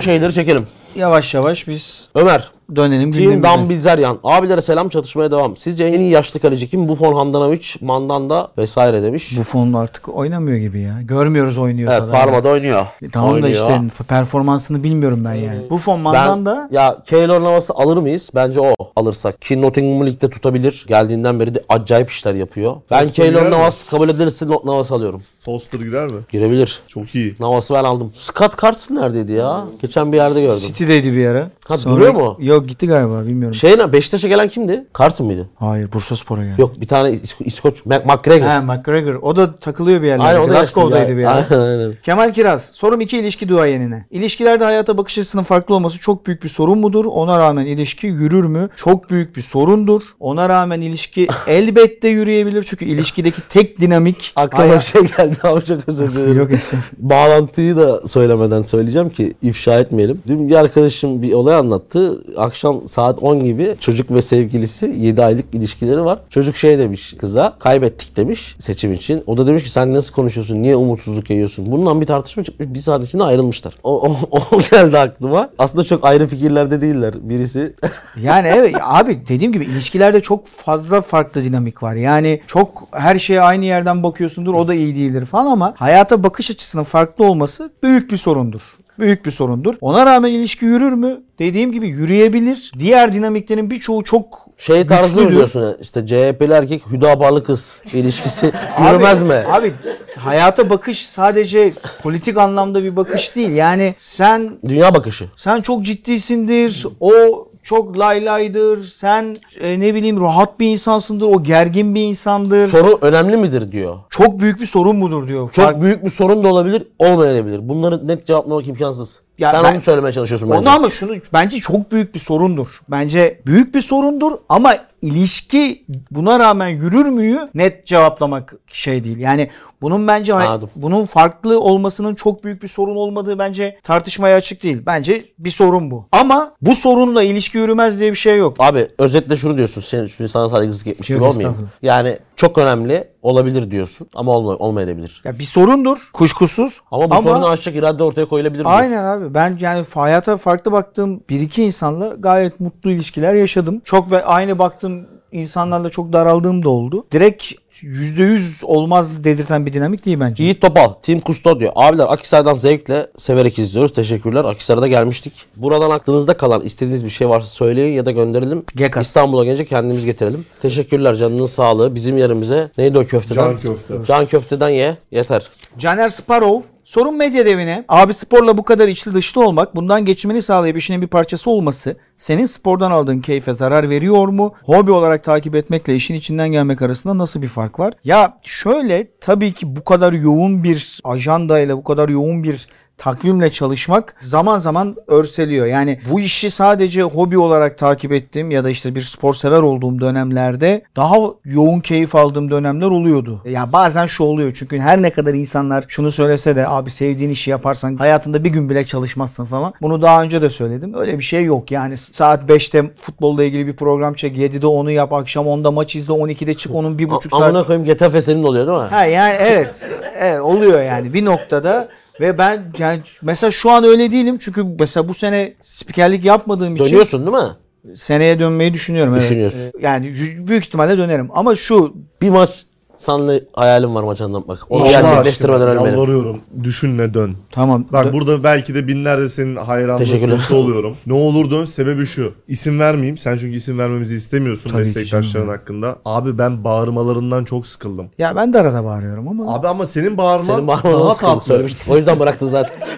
[SPEAKER 2] Şeyleri çekelim.
[SPEAKER 1] yavaş yavaş biz
[SPEAKER 2] Ömer.
[SPEAKER 1] dönelim
[SPEAKER 2] Team
[SPEAKER 1] gündemimize.
[SPEAKER 2] Dan Bilzeryan. Abilere selam çatışmaya devam. Sizce en iyi yaşlı kaleci kim? Buffon, Handanovic, Mandanda vesaire demiş.
[SPEAKER 1] Bu fon artık oynamıyor gibi ya. Görmüyoruz oynuyorsa
[SPEAKER 2] Evet
[SPEAKER 1] da.
[SPEAKER 2] Parma'da oynuyor.
[SPEAKER 1] E, Tamam da
[SPEAKER 2] Oynuyor.
[SPEAKER 1] işte performansını bilmiyorum ben yani. Bu fon
[SPEAKER 2] Ben,
[SPEAKER 1] Mandan da
[SPEAKER 2] ya Keylor Navas'ı alır mıyız? Bence o alırsak. Ki Nottingham'ı ligde tutabilir. Geldiğinden beri de acayip işler yapıyor. Ben
[SPEAKER 3] Aston
[SPEAKER 2] Keylor
[SPEAKER 3] girer mi?
[SPEAKER 2] Navas kabul edilirse Not- Navas alıyorum.
[SPEAKER 3] Foster girer mi?
[SPEAKER 2] Girebilir.
[SPEAKER 3] Çok iyi.
[SPEAKER 2] Navas'ı ben aldım. Scott Carson neredeydi ya? Geçen bir yerde gördüm.
[SPEAKER 1] City'deydi bir ara.
[SPEAKER 2] Ha, duruyor mu?
[SPEAKER 1] Yok Yok gitti galiba bilmiyorum.
[SPEAKER 2] Şey ne? Beşiktaş'a gelen kimdi? Carson mıydı?
[SPEAKER 1] Hayır Bursa Spor'a geldi.
[SPEAKER 2] Yok bir tane İsko- İskoç. Mac- McGregor.
[SPEAKER 1] Ha McGregor. O da takılıyor bir yerlerde.
[SPEAKER 2] Aynen, o da
[SPEAKER 1] Glasgow'daydı
[SPEAKER 2] yaşlı
[SPEAKER 1] bir
[SPEAKER 2] ya.
[SPEAKER 1] yer.
[SPEAKER 2] Aynen, aynen.
[SPEAKER 1] Kemal Kiraz. Sorum 2 ilişki duayenine. İlişkilerde hayata bakış açısının farklı olması çok büyük bir sorun mudur? Ona rağmen ilişki yürür mü? Çok büyük bir sorundur. Ona rağmen ilişki elbette yürüyebilir. Çünkü ilişkideki tek dinamik
[SPEAKER 2] Aklıma
[SPEAKER 1] Hayat-
[SPEAKER 2] bir şey geldi abi çok özür dilerim.
[SPEAKER 1] Yok estağfurullah.
[SPEAKER 2] Bağlantıyı da söylemeden söyleyeceğim ki ifşa etmeyelim. Dün bir arkadaşım bir olay anlattı. Akşam saat 10 gibi çocuk ve sevgilisi 7 aylık ilişkileri var. Çocuk şey demiş kıza kaybettik demiş seçim için. O da demiş ki sen nasıl konuşuyorsun niye umutsuzluk yayıyorsun. Bundan bir tartışma çıkmış bir saat içinde ayrılmışlar. O, o, o geldi aklıma. Aslında çok ayrı fikirlerde değiller birisi.
[SPEAKER 1] Yani evet abi dediğim gibi ilişkilerde çok fazla farklı dinamik var. Yani çok her şeye aynı yerden bakıyorsundur o da iyi değildir falan ama hayata bakış açısının farklı olması büyük bir sorundur. Büyük bir sorundur. Ona rağmen ilişki yürür mü? Dediğim gibi yürüyebilir. Diğer dinamiklerin birçoğu çok
[SPEAKER 2] Şey tarzı mı
[SPEAKER 1] güçlüdür.
[SPEAKER 2] diyorsun işte CHP'li erkek hüdabarlı kız ilişkisi yürümez
[SPEAKER 1] abi,
[SPEAKER 2] mi?
[SPEAKER 1] Abi hayata bakış sadece politik anlamda bir bakış değil. Yani sen
[SPEAKER 2] Dünya bakışı.
[SPEAKER 1] sen çok ciddisindir. O çok laylaydır. Sen e, ne bileyim rahat bir insansındır. O gergin bir insandır.
[SPEAKER 2] Soru önemli midir diyor.
[SPEAKER 1] çok büyük bir sorun budur diyor.
[SPEAKER 2] Çok
[SPEAKER 1] Fark-
[SPEAKER 2] büyük bir sorun da olabilir, olmayabilir. Bunları net cevaplamak imkansız.
[SPEAKER 1] Ya
[SPEAKER 2] Sen
[SPEAKER 1] ben-
[SPEAKER 2] onu söylemeye çalışıyorsun bence.
[SPEAKER 1] Onu ama şunu bence çok büyük bir sorundur. Bence büyük bir sorundur ama ilişki buna rağmen yürür müyü net cevaplamak şey değil. Yani bunun bence hay-
[SPEAKER 2] Anladım.
[SPEAKER 1] bunun farklı olmasının çok büyük bir sorun olmadığı bence tartışmaya açık değil. Bence bir sorun bu. Ama bu sorunla ilişki yürümez diye bir şey yok.
[SPEAKER 2] Abi özetle şunu diyorsun. Sen şimdi sana saygısızlık etmiş
[SPEAKER 1] Yok,
[SPEAKER 2] gibi olmayayım.
[SPEAKER 1] estağfurullah.
[SPEAKER 2] Yani çok önemli olabilir diyorsun ama olma, olmayabilir.
[SPEAKER 1] Ya bir sorundur kuşkusuz
[SPEAKER 2] Ama bu sorunu aşacak irade ortaya koyulabilir diyorsun.
[SPEAKER 1] Aynen abi. Ben yani hayata farklı baktığım bir iki insanla gayet mutlu ilişkiler yaşadım. Çok ve aynı baktığım insanlarla çok daraldığım da oldu. Direkt %100 olmaz dedirten bir dinamik değil bence.
[SPEAKER 2] Yiğit Topal, Tim Kusto diyor. Abiler Akisar'dan zevkle severek izliyoruz. Teşekkürler. Akisar'a da gelmiştik. Buradan aklınızda kalan istediğiniz bir şey varsa söyleyin ya da gönderelim.
[SPEAKER 1] Gekas.
[SPEAKER 2] İstanbul'a gelince kendimiz getirelim. Teşekkürler canının sağlığı. Bizim yerimize neydi o köfteden?
[SPEAKER 3] Can köfte.
[SPEAKER 2] Can köfteden ye. Yeter.
[SPEAKER 1] Caner Sparrow Sorun medya devine. Abi sporla bu kadar içli dışlı olmak, bundan geçimini sağlayıp işinin bir parçası olması senin spordan aldığın keyfe zarar veriyor mu? Hobi olarak takip etmekle işin içinden gelmek arasında nasıl bir fark var? Ya şöyle tabii ki bu kadar yoğun bir ajandayla, bu kadar yoğun bir takvimle çalışmak zaman zaman örseliyor. Yani bu işi sadece hobi olarak takip ettiğim ya da işte bir spor sever olduğum dönemlerde daha yoğun keyif aldığım dönemler oluyordu. Ya bazen şu oluyor çünkü her ne kadar insanlar şunu söylese de abi sevdiğin işi yaparsan hayatında bir gün bile çalışmazsın falan. Bunu daha önce de söyledim. Öyle bir şey yok. Yani saat 5'te futbolla ilgili bir program çek, 7'de onu yap, akşam 10'da maç izle, 12'de çık, onun bir buçuk
[SPEAKER 2] A-
[SPEAKER 1] saat
[SPEAKER 2] Amına koyayım Getafe senin oluyor değil mi?
[SPEAKER 1] Ha yani evet. evet oluyor yani bir noktada ve ben yani mesela şu an öyle değilim çünkü mesela bu sene spikerlik yapmadığım için
[SPEAKER 2] Dönüyorsun değil mi?
[SPEAKER 1] seneye dönmeyi düşünüyorum. Evet.
[SPEAKER 2] Düşünüyorsun.
[SPEAKER 1] Ee, Yani y- büyük ihtimalle dönerim ama şu
[SPEAKER 2] Bir maç sanlı hayalim var maç anlatmak. Onu
[SPEAKER 3] Allah
[SPEAKER 2] gerçekleştirmeden
[SPEAKER 3] aşkına,
[SPEAKER 2] ölmeyelim.
[SPEAKER 3] Yalvarıyorum. Düşünme dön.
[SPEAKER 1] tamam
[SPEAKER 3] Bak
[SPEAKER 1] dö-
[SPEAKER 3] burada belki de binlerce senin hayranlığı
[SPEAKER 2] Teşekkürler.
[SPEAKER 3] sınıfta oluyorum. Ne olur dön sebebi şu. İsim vermeyeyim. Sen çünkü isim vermemizi istemiyorsun
[SPEAKER 1] Tabii ki
[SPEAKER 3] meslektaşların hakkında. Abi ben bağırmalarından çok sıkıldım.
[SPEAKER 1] ya ben de arada bağırıyorum ama
[SPEAKER 3] Abi ama senin bağırman
[SPEAKER 2] Senin
[SPEAKER 3] daha
[SPEAKER 2] bağırmanı sıkıldı
[SPEAKER 3] tatlı.
[SPEAKER 2] söylemiştik. O yüzden bıraktın zaten.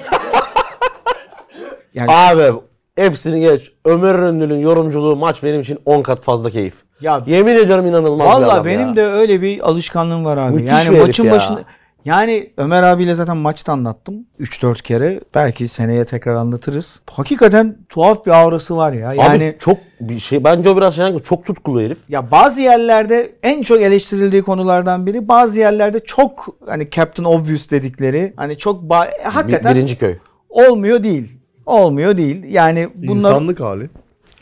[SPEAKER 1] yani
[SPEAKER 2] Abi hepsini geç. Ömer Röndül'ün yorumculuğu maç benim için 10 kat fazla keyif.
[SPEAKER 1] Ya-
[SPEAKER 2] Yemin ediyorum inanılmaz bir
[SPEAKER 1] Valla
[SPEAKER 2] adam
[SPEAKER 1] benim
[SPEAKER 2] ya.
[SPEAKER 1] de öyle bir alışkanlığım var abi.
[SPEAKER 2] Müthiş bir
[SPEAKER 1] yani
[SPEAKER 2] herif
[SPEAKER 1] maçın
[SPEAKER 2] ya.
[SPEAKER 1] başında yani Ömer abiyle zaten maçta anlattım 3-4 kere. Belki seneye tekrar anlatırız. Hakikaten tuhaf bir aurası var ya. Yani
[SPEAKER 2] Abi çok bir şey bence o biraz şey çok tutkulu herif.
[SPEAKER 1] Ya bazı yerlerde en çok eleştirildiği konulardan biri bazı yerlerde çok hani Captain Obvious dedikleri hani çok ba- e,
[SPEAKER 2] Bir-
[SPEAKER 1] hakikaten
[SPEAKER 2] birinci köy.
[SPEAKER 1] olmuyor değil. Olmuyor değil. Yani bunlar
[SPEAKER 3] İnsanlık hali.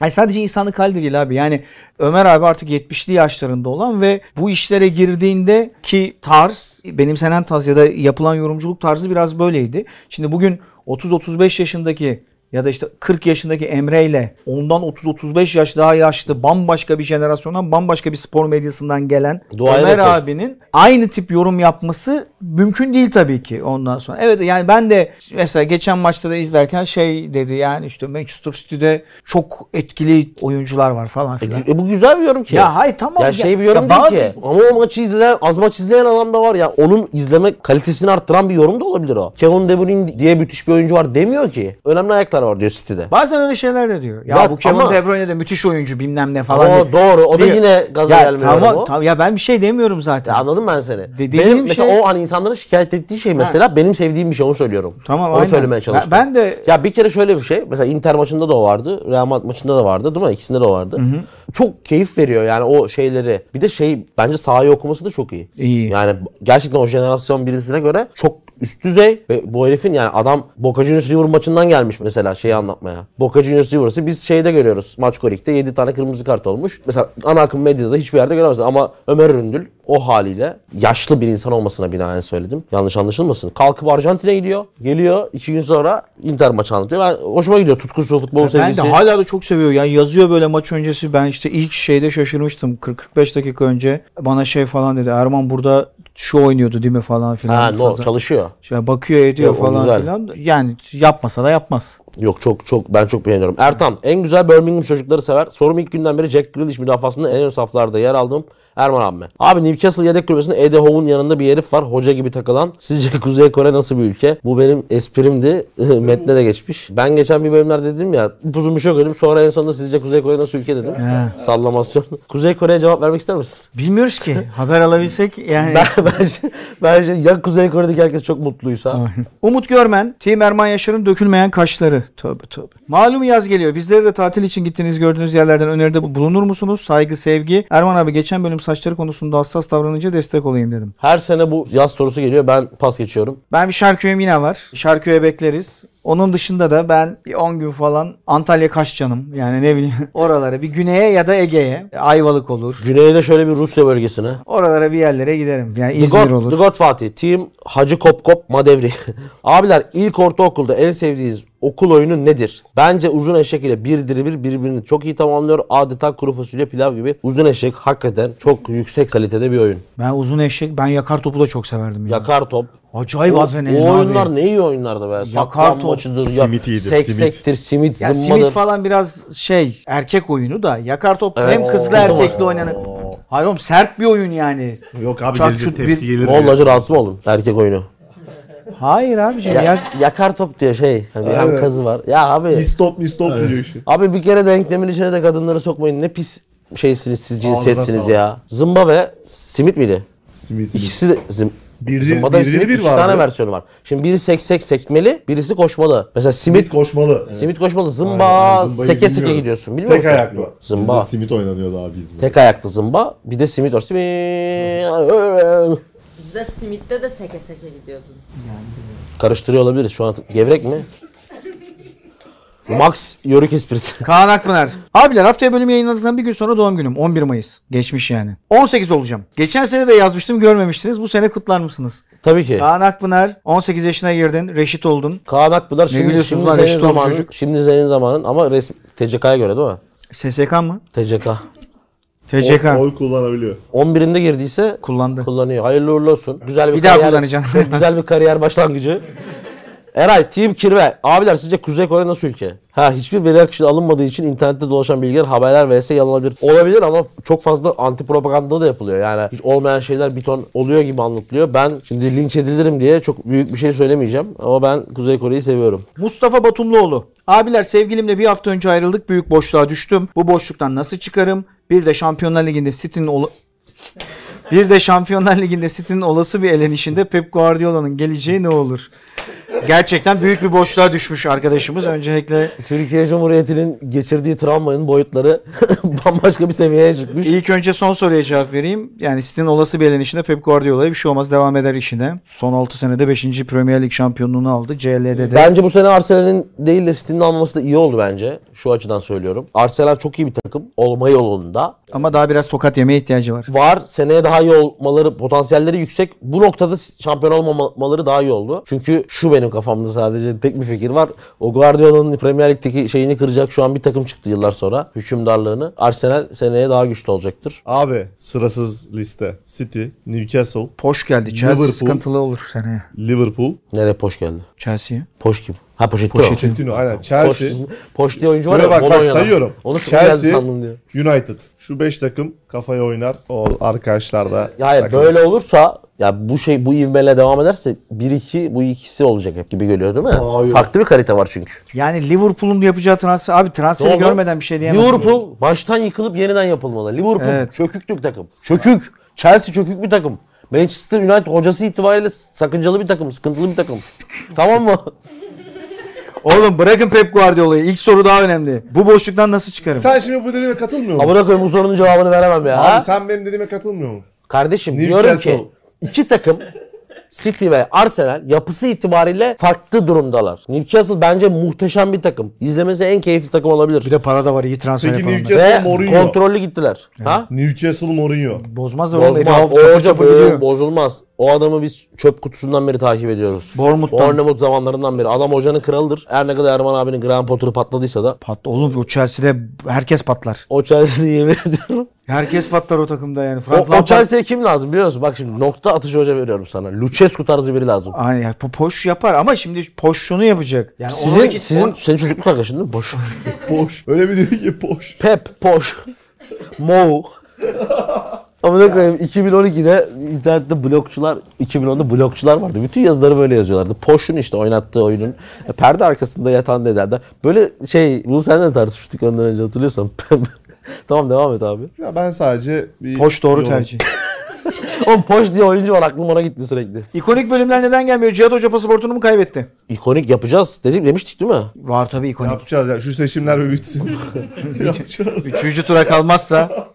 [SPEAKER 1] Ay sadece insanlık hali de değil abi. Yani Ömer abi artık 70'li yaşlarında olan ve bu işlere girdiğinde ki tarz, benimsenen tarz ya da yapılan yorumculuk tarzı biraz böyleydi. Şimdi bugün 30-35 yaşındaki ya da işte 40 yaşındaki Emre ile ondan 30-35 yaş daha yaşlı bambaşka bir jenerasyondan bambaşka bir spor medyasından gelen
[SPEAKER 2] Duaya
[SPEAKER 1] Ömer
[SPEAKER 2] da koy.
[SPEAKER 1] abinin aynı tip yorum yapması mümkün değil tabii ki ondan sonra. Evet yani ben de mesela geçen maçta da izlerken şey dedi yani işte Manchester City'de çok etkili oyuncular var falan
[SPEAKER 2] E,
[SPEAKER 1] filan.
[SPEAKER 2] gü- e, bu güzel bir yorum ki.
[SPEAKER 1] Ya hayır, tamam
[SPEAKER 2] Ya
[SPEAKER 1] ya-
[SPEAKER 2] şey bir yorum
[SPEAKER 1] ya
[SPEAKER 2] değil
[SPEAKER 1] bazı-
[SPEAKER 2] ki. Ama o maçı izleyen, az maç izleyen adam da var ya. Onun izleme kalitesini arttıran bir yorum da olabilir o. Kevin De Bruyne diye müthiş bir oyuncu var demiyor ki. Önemli ayaklar transfer var diyor City'de.
[SPEAKER 1] Bazen öyle şeyler de diyor. Ya,
[SPEAKER 2] Ya
[SPEAKER 1] bu Kevin
[SPEAKER 2] ama-
[SPEAKER 1] De Bruyne de müthiş oyuncu bilmem ne falan.
[SPEAKER 2] O
[SPEAKER 1] diye-
[SPEAKER 2] doğru. O da
[SPEAKER 1] diyor.
[SPEAKER 2] yine gaza
[SPEAKER 1] hani ya,
[SPEAKER 2] gelmiyor
[SPEAKER 1] tamam,
[SPEAKER 2] o.
[SPEAKER 1] tamam, ya ben bir şey demiyorum zaten.
[SPEAKER 2] Ya anladım ben seni.
[SPEAKER 1] Dediğim
[SPEAKER 2] benim mesela
[SPEAKER 1] şey-
[SPEAKER 2] o hani insanların şikayet ettiği şey mesela benim sevdiğim bir şey onu söylüyorum.
[SPEAKER 1] Tamam,
[SPEAKER 2] onu
[SPEAKER 1] aynen.
[SPEAKER 2] söylemeye çalıştım.
[SPEAKER 1] Ben- ben de-
[SPEAKER 2] ya bir kere şöyle bir şey mesela Inter maçında da o vardı. Real Madrid maçında da vardı değil mi? İkisinde de o vardı. Çok keyif veriyor yani o şeyleri. Bir de şey bence sahayı okuması da çok iyi.
[SPEAKER 1] İyi.
[SPEAKER 2] Yani gerçekten o jenerasyon birisine göre çok üst düzey ve bu herifin yani adam Boca Juniors River maçından gelmiş mesela şeyi anlatmaya. Boca Juniors River'sı biz şeyde görüyoruz. Maçko Lig'de 7 tane kırmızı kart olmuş. Mesela ana akım medyada hiçbir yerde göremezsin ama Ömer Üründül o haliyle yaşlı bir insan olmasına binaen söyledim. Yanlış anlaşılmasın. Kalkıp Arjantin'e gidiyor. Geliyor 2 gün sonra Inter maçı anlatıyor. Ben hoşuma gidiyor tutkusu, futbol
[SPEAKER 1] Ben
[SPEAKER 2] sevgisi.
[SPEAKER 1] de hala da çok seviyor. Yani yazıyor böyle maç öncesi ben işte ilk şeyde şaşırmıştım. 40-45 dakika önce bana şey falan dedi. Erman burada şu oynuyordu değil mi falan filan.
[SPEAKER 2] Ha, no,
[SPEAKER 1] Fazla-
[SPEAKER 2] çalışıyor.
[SPEAKER 1] Şey bakıyor ediyor
[SPEAKER 2] Yok, o
[SPEAKER 1] falan
[SPEAKER 2] güzel.
[SPEAKER 1] filan. Yani yapmasa da yapmaz.
[SPEAKER 2] Yok çok çok ben çok beğeniyorum. Ertan en güzel Birmingham çocukları sever. Sorum ilk günden beri Jack Grealish müdafasında en ön saflarda yer aldım. Erman abime. Abi Newcastle yedek kulübesinde Eddie Howe'un yanında bir herif var. Hoca gibi takılan. Sizce Kuzey Kore nasıl bir ülke? Bu benim esprimdi. Metne de geçmiş. Ben geçen bir bölümler dedim ya. Uzun bir şey okudum. Sonra en sonunda sizce Kuzey Kore nasıl ülke dedim. Sallamasyon. Kuzey Kore'ye cevap vermek ister misin?
[SPEAKER 1] Bilmiyoruz ki. Haber alabilsek yani.
[SPEAKER 2] Ben, bence, bence ya Kuzey Kore'deki herkes çok mutluysa.
[SPEAKER 1] Umut Görmen, Team Erman Yaşar'ın dökülmeyen kaşları. Tövbe tövbe. Malum yaz geliyor. Bizleri de tatil için gittiğiniz gördüğünüz yerlerden öneride bulunur musunuz? Saygı, sevgi. Erman abi geçen bölüm saçları konusunda hassas davranınca destek olayım dedim.
[SPEAKER 2] Her sene bu yaz sorusu geliyor. Ben pas geçiyorum.
[SPEAKER 1] Ben bir şarköyüm yine var. Şarköye bekleriz. Onun dışında da ben bir 10 gün falan Antalya kaç canım. Yani ne bileyim. Oralara bir güneye ya da Ege'ye. Ayvalık olur.
[SPEAKER 2] Güneyde şöyle bir Rusya bölgesine.
[SPEAKER 1] Oralara bir yerlere giderim. Yani
[SPEAKER 2] The
[SPEAKER 1] İzmir
[SPEAKER 2] God-
[SPEAKER 1] olur.
[SPEAKER 2] The God Fatih. Team Hacı Kop Kop Madevri. Abiler ilk ortaokulda en sevdiğiniz okul oyunu nedir? Bence uzun eşek ile bir diri bir birbirini çok iyi tamamlıyor. Adeta kuru fasulye pilav gibi. Uzun eşek hakikaten çok yüksek kalitede bir oyun.
[SPEAKER 1] Ben uzun eşek, ben yakar topu da çok severdim. Ya.
[SPEAKER 2] Yakar top.
[SPEAKER 1] Acayip
[SPEAKER 2] O,
[SPEAKER 1] adrenalin
[SPEAKER 2] o
[SPEAKER 1] abi.
[SPEAKER 2] oyunlar ne iyi oyunlardı be. Saklan
[SPEAKER 1] top.
[SPEAKER 2] maçıdır. ya-
[SPEAKER 4] Simit iyidir,
[SPEAKER 2] Seksektir, simit,
[SPEAKER 1] Ya
[SPEAKER 2] zımbadır.
[SPEAKER 1] simit falan biraz şey erkek oyunu da yakar top
[SPEAKER 2] Evet.
[SPEAKER 1] hem kızlı erkekli oynanan. Hayır oğlum sert bir oyun yani.
[SPEAKER 4] Yok abi
[SPEAKER 1] Çak
[SPEAKER 4] gelecek
[SPEAKER 1] şut
[SPEAKER 4] tepki
[SPEAKER 1] bir-
[SPEAKER 4] gelir.
[SPEAKER 2] Ne oldu hacı rahatsız mı oldun? Erkek oyunu.
[SPEAKER 1] Hayır abiciğim
[SPEAKER 2] Ya-
[SPEAKER 1] ya,
[SPEAKER 2] yakar top diyor şey. Hani hem kazı var. Ya abi.
[SPEAKER 3] Stop mi stop mu diyor işte.
[SPEAKER 2] Abi bir kere denklemin içine de kadınları sokmayın. Ne pis şeysiniz siz cinsiyetsiniz
[SPEAKER 4] sağlık.
[SPEAKER 2] ya. Zımba ve simit miydi?
[SPEAKER 4] Simit.
[SPEAKER 2] İkisi de zım.
[SPEAKER 3] Bir-
[SPEAKER 2] Zımbada ve
[SPEAKER 3] bir-
[SPEAKER 2] simit
[SPEAKER 3] bir
[SPEAKER 2] iki
[SPEAKER 3] vardı.
[SPEAKER 2] tane versiyonu var. Şimdi biri seksek sekmeli, birisi koşmalı. Mesela simit
[SPEAKER 4] Simit koşmalı.
[SPEAKER 2] simit koşmalı. Zımba
[SPEAKER 4] Aynen, zımbayı
[SPEAKER 2] seke seke
[SPEAKER 4] bilmiyorum.
[SPEAKER 2] gidiyorsun. Biliyor
[SPEAKER 4] Tek
[SPEAKER 2] musun?
[SPEAKER 4] ayaklı.
[SPEAKER 2] Zımba.
[SPEAKER 4] Bizde simit oynanıyordu abi İzmir'de.
[SPEAKER 2] Tek ayaklı zımba, bir de simit var. Simit.
[SPEAKER 6] Bizde simitte de seke seke gidiyordun.
[SPEAKER 2] Karıştırıyor olabiliriz şu an. Gevrek mi? Max yörük esprisi.
[SPEAKER 1] Kaan Akpınar. Abiler haftaya bölüm yayınladıktan bir gün sonra doğum günüm. 11 Mayıs. Geçmiş yani. 18 olacağım. Geçen sene de yazmıştım görmemiştiniz. Bu sene kutlar mısınız?
[SPEAKER 2] Tabii ki.
[SPEAKER 1] Kaan Akpınar 18 yaşına girdin. Reşit oldun.
[SPEAKER 2] Kaan Akpınar şimdi,
[SPEAKER 1] gülüyorsunuz
[SPEAKER 2] şimdi
[SPEAKER 1] lan,
[SPEAKER 2] senin
[SPEAKER 1] eşit olmuş
[SPEAKER 2] zamanın,
[SPEAKER 1] çocuk.
[SPEAKER 2] şimdi senin zamanın ama resmi TCK'ya göre değil mi?
[SPEAKER 1] SSK mı?
[SPEAKER 2] TCK.
[SPEAKER 1] TCK.
[SPEAKER 3] Oy, oy kullanabiliyor.
[SPEAKER 2] 11'inde girdiyse
[SPEAKER 1] Kullandı.
[SPEAKER 2] kullanıyor. Hayırlı uğurlu olsun. Güzel bir,
[SPEAKER 1] Bir daha
[SPEAKER 2] kariyer-
[SPEAKER 1] kullanacaksın.
[SPEAKER 2] çok güzel bir kariyer başlangıcı. Eray, Team Kirve. Abiler sizce Kuzey Kore nasıl ülke? Ha hiçbir veri akışı alınmadığı için internette dolaşan bilgiler, haberler vs yalan olabilir. Olabilir ama çok fazla anti propaganda da yapılıyor. Yani hiç olmayan şeyler bir ton oluyor gibi anlatılıyor. Ben şimdi linç edilirim diye çok büyük bir şey söylemeyeceğim. Ama ben Kuzey Kore'yi seviyorum.
[SPEAKER 1] Mustafa Batumluoğlu. Abiler sevgilimle bir hafta önce ayrıldık. Büyük boşluğa düştüm. Bu boşluktan nasıl çıkarım? Bir de Şampiyonlar Ligi'nde City'nin ola- bir de Şampiyonlar Ligi'nde City'nin olası bir elenişinde Pep Guardiola'nın geleceği ne olur? Gerçekten büyük bir boşluğa düşmüş arkadaşımız. Öncelikle
[SPEAKER 2] Türkiye Cumhuriyeti'nin geçirdiği travmanın boyutları bambaşka bir seviyeye çıkmış.
[SPEAKER 1] ilk önce son soruya cevap vereyim. Yani City'nin olası bir elenişinde Pep Guardiola'ya bir şey olmaz devam eder işine. Son 6 senede 5. Premier Lig şampiyonluğunu aldı. CL'de de.
[SPEAKER 2] Bence bu sene Arsenal'in değil de City'nin almaması da iyi oldu bence. Şu açıdan söylüyorum. Arsenal çok iyi bir takım. Olma yolunda.
[SPEAKER 1] Ama daha biraz tokat yemeye ihtiyacı var.
[SPEAKER 2] Var seneye daha iyi olmaları, potansiyelleri yüksek. Bu noktada şampiyon olmamaları daha iyi oldu. Çünkü şu benim kafamda sadece tek bir fikir var. O Guardiola'nın Premier Lig'deki şeyini kıracak şu an bir takım çıktı yıllar sonra. Hükümdarlığını. Arsenal seneye daha güçlü olacaktır.
[SPEAKER 3] Abi sırasız liste. City, Newcastle,
[SPEAKER 1] Poş geldi. Chelsea
[SPEAKER 3] Liverpool.
[SPEAKER 1] sıkıntılı olur seneye.
[SPEAKER 3] Liverpool,
[SPEAKER 2] Nereye poş geldi?
[SPEAKER 1] Chelsea'ye.
[SPEAKER 2] Poş kim? Ha Pochettino.
[SPEAKER 1] Pochettino.
[SPEAKER 3] Pochettino aynen Chelsea.
[SPEAKER 2] Poşetli oyuncu var
[SPEAKER 3] Böyle
[SPEAKER 2] ya.
[SPEAKER 3] bak bak
[SPEAKER 2] Bologna'dan.
[SPEAKER 3] sayıyorum.
[SPEAKER 2] Onu Chelsea.
[SPEAKER 3] Chelsea,
[SPEAKER 2] sandım diyor.
[SPEAKER 3] United. Şu 5 takım kafaya oynar. O arkadaşlar da.
[SPEAKER 2] Ya hayır,
[SPEAKER 3] takım.
[SPEAKER 2] böyle olursa ya bu şey bu ivmeyle devam ederse 1-2 bu ikisi olacak hep gibi geliyor değil mi?
[SPEAKER 3] Hayır.
[SPEAKER 2] Farklı bir kalite var çünkü.
[SPEAKER 1] Yani Liverpool'un yapacağı transfer abi transferi
[SPEAKER 2] Ne oldu?
[SPEAKER 1] görmeden bir şey diyemezsin.
[SPEAKER 2] Liverpool baştan yıkılıp yeniden yapılmalı. Liverpool
[SPEAKER 1] Evet.
[SPEAKER 2] çöküktü bir takım. Çökük. Chelsea çökük bir takım. Manchester United hocası itibariyle sakıncalı bir takım, sıkıntılı bir takım. tamam mı?
[SPEAKER 1] Oğlum bırakın Pep Guardiola'yı. İlk soru daha önemli. Bu boşluktan nasıl çıkarım?
[SPEAKER 3] Sen şimdi bu dediğime katılmıyor musun?
[SPEAKER 2] Amına koyayım bu sorunun cevabını veremem ya.
[SPEAKER 3] Abi sen benim dediğime katılmıyor musun?
[SPEAKER 2] Kardeşim
[SPEAKER 3] Newcastle.
[SPEAKER 2] diyorum ki iki takım City ve Arsenal yapısı itibariyle farklı durumdalar. Newcastle bence muhteşem bir takım. İzlemesi en keyifli takım olabilir.
[SPEAKER 1] Bir de para da var iyi transfer
[SPEAKER 3] Peki
[SPEAKER 1] yapalım.
[SPEAKER 3] Newcastle-
[SPEAKER 2] ve
[SPEAKER 3] Mourinho.
[SPEAKER 2] kontrollü gittiler. Ha?
[SPEAKER 3] Newcastle Mourinho.
[SPEAKER 1] Bozmaz da oğlum. Eddie
[SPEAKER 2] Bozmaz.
[SPEAKER 1] Howe
[SPEAKER 2] O
[SPEAKER 1] çapı
[SPEAKER 2] hoca
[SPEAKER 1] çapı
[SPEAKER 2] böyle
[SPEAKER 1] gidiyor.
[SPEAKER 2] bozulmaz. O adamı biz çöp kutusundan beri takip ediyoruz.
[SPEAKER 1] Bournemouth'tan.
[SPEAKER 2] Bournemouth zamanlarından beri. Adam hocanın kralıdır. Her ne kadar Erman abinin Graham Potter'ı patladıysa da.
[SPEAKER 1] Pat, oğlum o Chelsea'de herkes patlar.
[SPEAKER 2] O Chelsea'yi yemin ediyorum.
[SPEAKER 1] Herkes patlar o takımda yani.
[SPEAKER 2] O,
[SPEAKER 1] Frank
[SPEAKER 2] o
[SPEAKER 1] Lampard-
[SPEAKER 2] Chelsea'ye kim lazım biliyor musun? Bak şimdi nokta atışı hoca veriyorum sana. Lucescu tarzı biri lazım.
[SPEAKER 1] Aynen ya, po- poş yapar ama şimdi poş şunu yapacak. Yani
[SPEAKER 2] Sizin,
[SPEAKER 1] oradaki-
[SPEAKER 2] sizin, senin çocukluk arkadaşın değil mi? Boş.
[SPEAKER 3] Boş. Öyle bir dedi ki boş.
[SPEAKER 2] Pep, Poş, Mou. Amına koyayım 2012'de internette blokçular, 2010'da blokçular vardı. Bütün yazıları böyle yazıyorlardı. Poş'un işte oynattığı oyunun e, perde arkasında yatan dedenden. Böyle şey, bunu seninle de tartışmıştık ondan önce hatırlıyorsan. tamam devam et abi.
[SPEAKER 3] Ya ben sadece bir
[SPEAKER 1] Poş doğru
[SPEAKER 3] bir-
[SPEAKER 1] tercih.
[SPEAKER 2] Oğlum Poş diye oyuncu var aklım ona gitti sürekli.
[SPEAKER 1] İkonik bölümler neden gelmiyor? Cihat Hoca pasaportunu mu kaybetti?
[SPEAKER 2] İkonik yapacağız dedik demiştik değil mi?
[SPEAKER 1] Var tabii ikonik.
[SPEAKER 3] Yapacağız ya. Şu seçimler bir bitsin. Yapacağız.
[SPEAKER 1] Üçüncü tura kalmazsa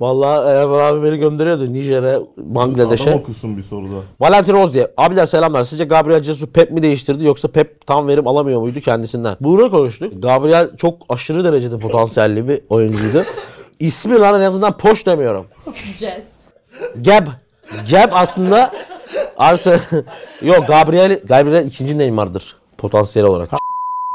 [SPEAKER 2] Vallahi Erman abi beni gönderiyordu Nijer'e,
[SPEAKER 3] Adam
[SPEAKER 2] Bangladeş'e.
[SPEAKER 3] okusun bir soruda.
[SPEAKER 2] Valentin Rozier. Abiler selamlar. Sizce Gabriel Jesus Pep mi değiştirdi yoksa Pep tam verim alamıyor muydu kendisinden? Bunu konuştuk. Gabriel çok aşırı derecede potansiyelli bir oyuncuydu. İsmi lan en azından poş demiyorum.
[SPEAKER 6] Jazz.
[SPEAKER 2] Gab. Gab aslında Arsenal. Yok Gabriel, Gabriel ikinci Neymar'dır potansiyel olarak.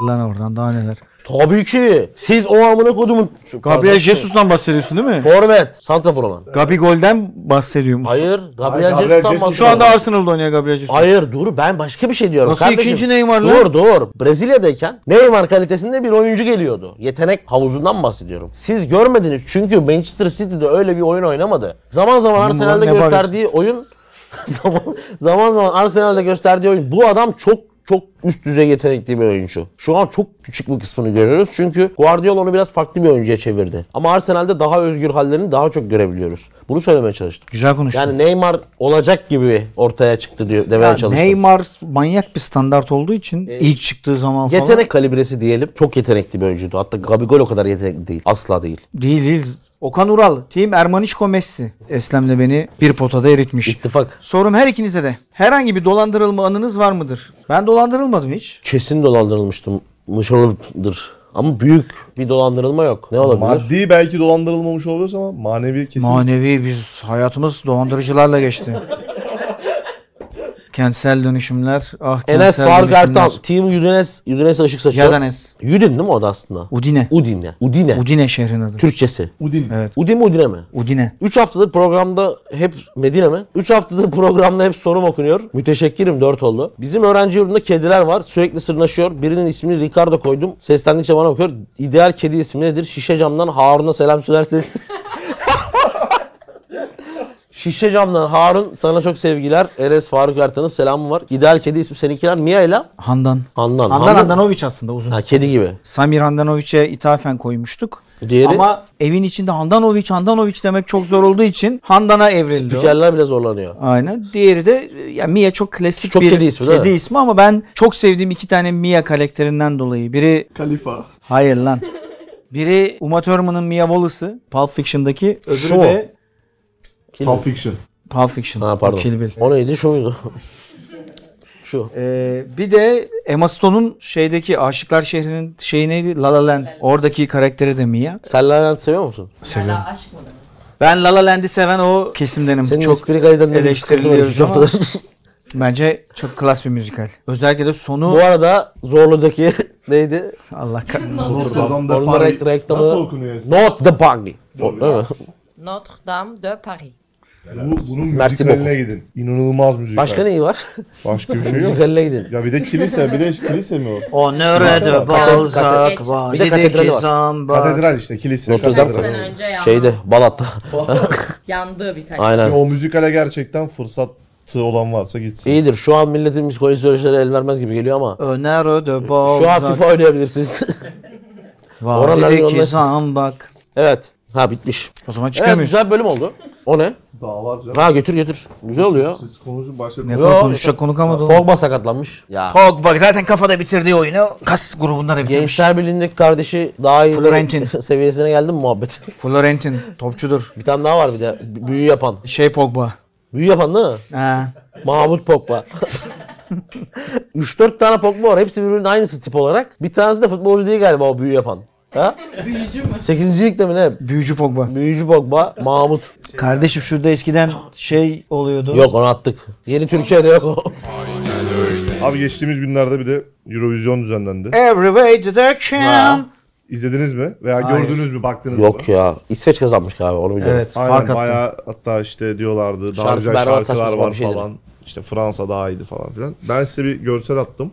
[SPEAKER 1] lan oradan daha neler.
[SPEAKER 2] Tabii ki. Siz o amına kodumun. Şu
[SPEAKER 1] Gabriel
[SPEAKER 2] kardeşim.
[SPEAKER 1] Jesus'tan bahsediyorsun değil mi?
[SPEAKER 2] Forvet. Santrafor olan.
[SPEAKER 1] Gabi Gol'den bahsediyor musun?
[SPEAKER 2] Hayır. Gabriel,
[SPEAKER 3] Gabriel
[SPEAKER 2] Jesus'tan
[SPEAKER 3] Jesus.
[SPEAKER 2] bahsediyorum.
[SPEAKER 1] Şu anda Arsenal'da oynuyor Gabriel Jesus.
[SPEAKER 2] Hayır dur ben başka bir şey diyorum.
[SPEAKER 1] Nasıl
[SPEAKER 2] kardeşim.
[SPEAKER 1] ikinci Neymar lan?
[SPEAKER 2] Dur dur. Brezilya'dayken Neymar kalitesinde bir oyuncu geliyordu. Yetenek havuzundan bahsediyorum. Siz görmediniz çünkü Manchester City'de öyle bir oyun oynamadı. Zaman zaman Arsenal'de
[SPEAKER 1] ne bari-
[SPEAKER 2] gösterdiği oyun zaman, zaman zaman Arsenal'de gösterdiği oyun. Bu adam çok çok üst düzey yetenekli bir oyuncu. Şu an çok küçük bir kısmını görüyoruz. Çünkü Guardiola onu biraz farklı bir oyuncuya çevirdi. Ama Arsenal'de daha özgür hallerini daha çok görebiliyoruz. Bunu söylemeye çalıştım.
[SPEAKER 1] Güzel konuştun.
[SPEAKER 2] Yani Neymar olacak gibi ortaya çıktı diyor demeye
[SPEAKER 1] Ya
[SPEAKER 2] çalıştım.
[SPEAKER 1] Neymar manyak bir standart olduğu için ilk çıktığı zaman falan
[SPEAKER 2] E, Yetenek kalibresi diyelim. Çok yetenekli bir oyuncuydu. Hatta Gabigol o kadar yetenekli değil. Asla değil.
[SPEAKER 1] değil değil. Okan Ural, Team Ermanişko Messi. Eslem'le beni bir potada eritmiş.
[SPEAKER 2] İttifak.
[SPEAKER 1] Sorum her ikinize de. Herhangi bir dolandırılma anınız var mıdır? Ben dolandırılmadım hiç.
[SPEAKER 2] Kesin dolandırılmıştım. Mış olabilir. Ama büyük bir dolandırılma yok. Ne olabilir?
[SPEAKER 3] Maddi belki dolandırılmamış oluyoruz ama manevi kesin.
[SPEAKER 1] Manevi biz hayatımız dolandırıcılarla geçti. kentsel dönüşümler. Ah
[SPEAKER 2] Enes
[SPEAKER 1] kentsel
[SPEAKER 2] Faruk
[SPEAKER 1] dönüşümler.
[SPEAKER 2] Ertan. Team Udines. Udines ışık saçı.
[SPEAKER 1] Yadanes.
[SPEAKER 2] Udin değil mi o da aslında?
[SPEAKER 1] Udine.
[SPEAKER 2] Udine. Udine.
[SPEAKER 1] Udine şehrin adı.
[SPEAKER 2] Türkçesi.
[SPEAKER 3] Udin.
[SPEAKER 1] Evet.
[SPEAKER 2] Udin mi Udine mi?
[SPEAKER 1] Udine.
[SPEAKER 2] 3 haftadır programda hep Medine mi? 3 haftadır programda hep sorum okunuyor. Müteşekkirim 4 oldu. Bizim öğrenci yurdunda kediler var. Sürekli sırnaşıyor. Birinin ismini Ricardo koydum. Seslendikçe bana bakıyor. İdeal kedi ismi nedir? Şişe camdan Harun'a selam söylerseniz. Şişe camdan Harun sana çok sevgiler. Eres Faruk Ertan'ın selamı var. İdeal kedi ismi seninkiler Mia ile
[SPEAKER 1] Handan.
[SPEAKER 2] Handan.
[SPEAKER 1] Handan Handanoviç aslında uzun.
[SPEAKER 2] Ha, kedi gibi.
[SPEAKER 1] Samir Handanoviç'e ithafen koymuştuk.
[SPEAKER 2] Diğeri?
[SPEAKER 1] Ama evin içinde Handanoviç, Handanoviç demek çok zor olduğu için Handan'a evrildi. o.
[SPEAKER 2] Spikerler bile zorlanıyor.
[SPEAKER 1] Aynen. Diğeri de e, ya Mia çok klasik
[SPEAKER 2] Çok
[SPEAKER 1] bir
[SPEAKER 2] kedi ismi değil mi?
[SPEAKER 1] ismi ama ben çok sevdiğim iki tane Mia karakterinden dolayı. Biri
[SPEAKER 3] Kalifa.
[SPEAKER 1] hayır lan. Biri Uma Thurman'ın Mia Wallace'ı Pulp Fiction'daki öbürü
[SPEAKER 2] Şu mu?
[SPEAKER 1] de
[SPEAKER 3] Pulp Fiction.
[SPEAKER 1] Pulp Fiction.
[SPEAKER 2] Ha pardon.
[SPEAKER 1] Kill Bill.
[SPEAKER 2] O neydi? Şu muydu? Şu.
[SPEAKER 1] Ee, bir de Emma Stone'un şeydeki Aşıklar Şehri'nin şeyi neydi? La La Land. Oradaki karakteri de Mia.
[SPEAKER 2] Sen La La Land'i seviyor musun?
[SPEAKER 6] Hala aşk mı? demek?
[SPEAKER 1] Ben La La Land'i seven o kesimdenim.
[SPEAKER 2] Senin
[SPEAKER 1] çok
[SPEAKER 2] espri kaydından da bir sıkıntı var
[SPEAKER 1] eleştiriliyoruz
[SPEAKER 2] üç
[SPEAKER 1] ama-
[SPEAKER 2] haftadır.
[SPEAKER 1] Bence çok klas bir müzikal. Özellikle de sonu
[SPEAKER 2] Bu arada Zorlu'daki neydi?
[SPEAKER 1] Allah kahretsin.
[SPEAKER 3] Adam
[SPEAKER 2] Onun da reklamı.
[SPEAKER 3] Nasıl okunuyor?
[SPEAKER 2] Not the Buggy. O- Değil mi?
[SPEAKER 6] Notre Dame de Paris.
[SPEAKER 3] Bu, bunun
[SPEAKER 2] Mersi
[SPEAKER 3] müzikaline gidin. İnanılmaz müzik.
[SPEAKER 2] Başka neyi var?
[SPEAKER 3] Başka bir şey yok.
[SPEAKER 2] Müzikaline gidin.
[SPEAKER 3] ya bir de kilise, bir de kilise mi o?
[SPEAKER 1] Onore
[SPEAKER 3] de
[SPEAKER 1] de
[SPEAKER 6] Balzac
[SPEAKER 1] Balzac
[SPEAKER 6] var,
[SPEAKER 1] var.
[SPEAKER 2] Bir de dedi katedrali ki var.
[SPEAKER 3] Katedral işte kilise.
[SPEAKER 2] Notre
[SPEAKER 6] Birkaç
[SPEAKER 3] katedral.
[SPEAKER 6] sene önce yandı.
[SPEAKER 2] Şeyde Balat'ta.
[SPEAKER 6] Yandığı birkaç
[SPEAKER 3] Ya
[SPEAKER 2] Aynen.
[SPEAKER 3] o müzikale gerçekten fırsatı olan varsa gitsin.
[SPEAKER 2] İyidir. Şu an milletin psikolojik süreçlere el vermez gibi geliyor ama
[SPEAKER 1] Önero de
[SPEAKER 2] şu an
[SPEAKER 1] Balzac
[SPEAKER 2] FIFA oynayabilirsiniz.
[SPEAKER 1] var.
[SPEAKER 2] Oralarda
[SPEAKER 1] Dedi ki
[SPEAKER 2] yollasın.
[SPEAKER 1] zambak.
[SPEAKER 2] evet. Ha bitmiş.
[SPEAKER 1] O zaman
[SPEAKER 2] Evet
[SPEAKER 1] çıkamıyoruz.
[SPEAKER 2] güzel bir bölüm oldu. O ne?
[SPEAKER 3] Daha var canım.
[SPEAKER 2] Ha götür götür. Güzel oluyor.
[SPEAKER 3] Siz konuşun başka
[SPEAKER 1] Ne
[SPEAKER 3] konu-
[SPEAKER 1] kadar
[SPEAKER 2] Yo,
[SPEAKER 1] konuşacak konuk ama dolu.
[SPEAKER 2] Pogba sakatlanmış. Ya.
[SPEAKER 1] Pogba zaten kafada bitirdiği oyunu kas grubundan hep bitirmiş.
[SPEAKER 2] Gençler Birliği'ndeki kardeşi daha iyi
[SPEAKER 1] Florentin.
[SPEAKER 2] seviyesine geldi mi muhabbet?
[SPEAKER 1] Florentin topçudur.
[SPEAKER 2] bir tane daha var bir de b- büyü yapan.
[SPEAKER 1] Şey Pogba.
[SPEAKER 2] Büyü yapan değil mi?
[SPEAKER 1] Ha.
[SPEAKER 2] Mahmut Pogba. 3-4 tane Pogba var. Hepsi birbirinin aynısı tip olarak. Bir tanesi de futbolcu değil galiba o büyü yapan. Ha?
[SPEAKER 6] Büyücü mü?
[SPEAKER 2] 8. ligde mi ne?
[SPEAKER 1] Büyücü Pogba.
[SPEAKER 2] Büyücü Pogba, Mahmut.
[SPEAKER 1] Kardeşim şurada eskiden şey oluyordu.
[SPEAKER 2] Yok onu attık. Yeni Türkiye'de yok o.
[SPEAKER 3] Abi geçtiğimiz günlerde bir de Eurovision düzenlendi.
[SPEAKER 1] Every way to the
[SPEAKER 2] Ha.
[SPEAKER 1] camp.
[SPEAKER 3] İzlediniz mi? Veya
[SPEAKER 1] Hayır.
[SPEAKER 3] gördünüz mü? Baktınız mı?
[SPEAKER 2] yok ya. İsveç kazanmış galiba onu biliyorum.
[SPEAKER 1] Evet
[SPEAKER 3] Aynen
[SPEAKER 1] fark attı.
[SPEAKER 3] bayağı hatta işte diyorlardı daha
[SPEAKER 2] Şarkı
[SPEAKER 3] güzel
[SPEAKER 2] berbat, saçma
[SPEAKER 3] şarkılar
[SPEAKER 2] sapan
[SPEAKER 3] var
[SPEAKER 2] bir şeydir.
[SPEAKER 3] falan. İşte Fransa daha iyiydi falan filan. Ben size bir görsel attım.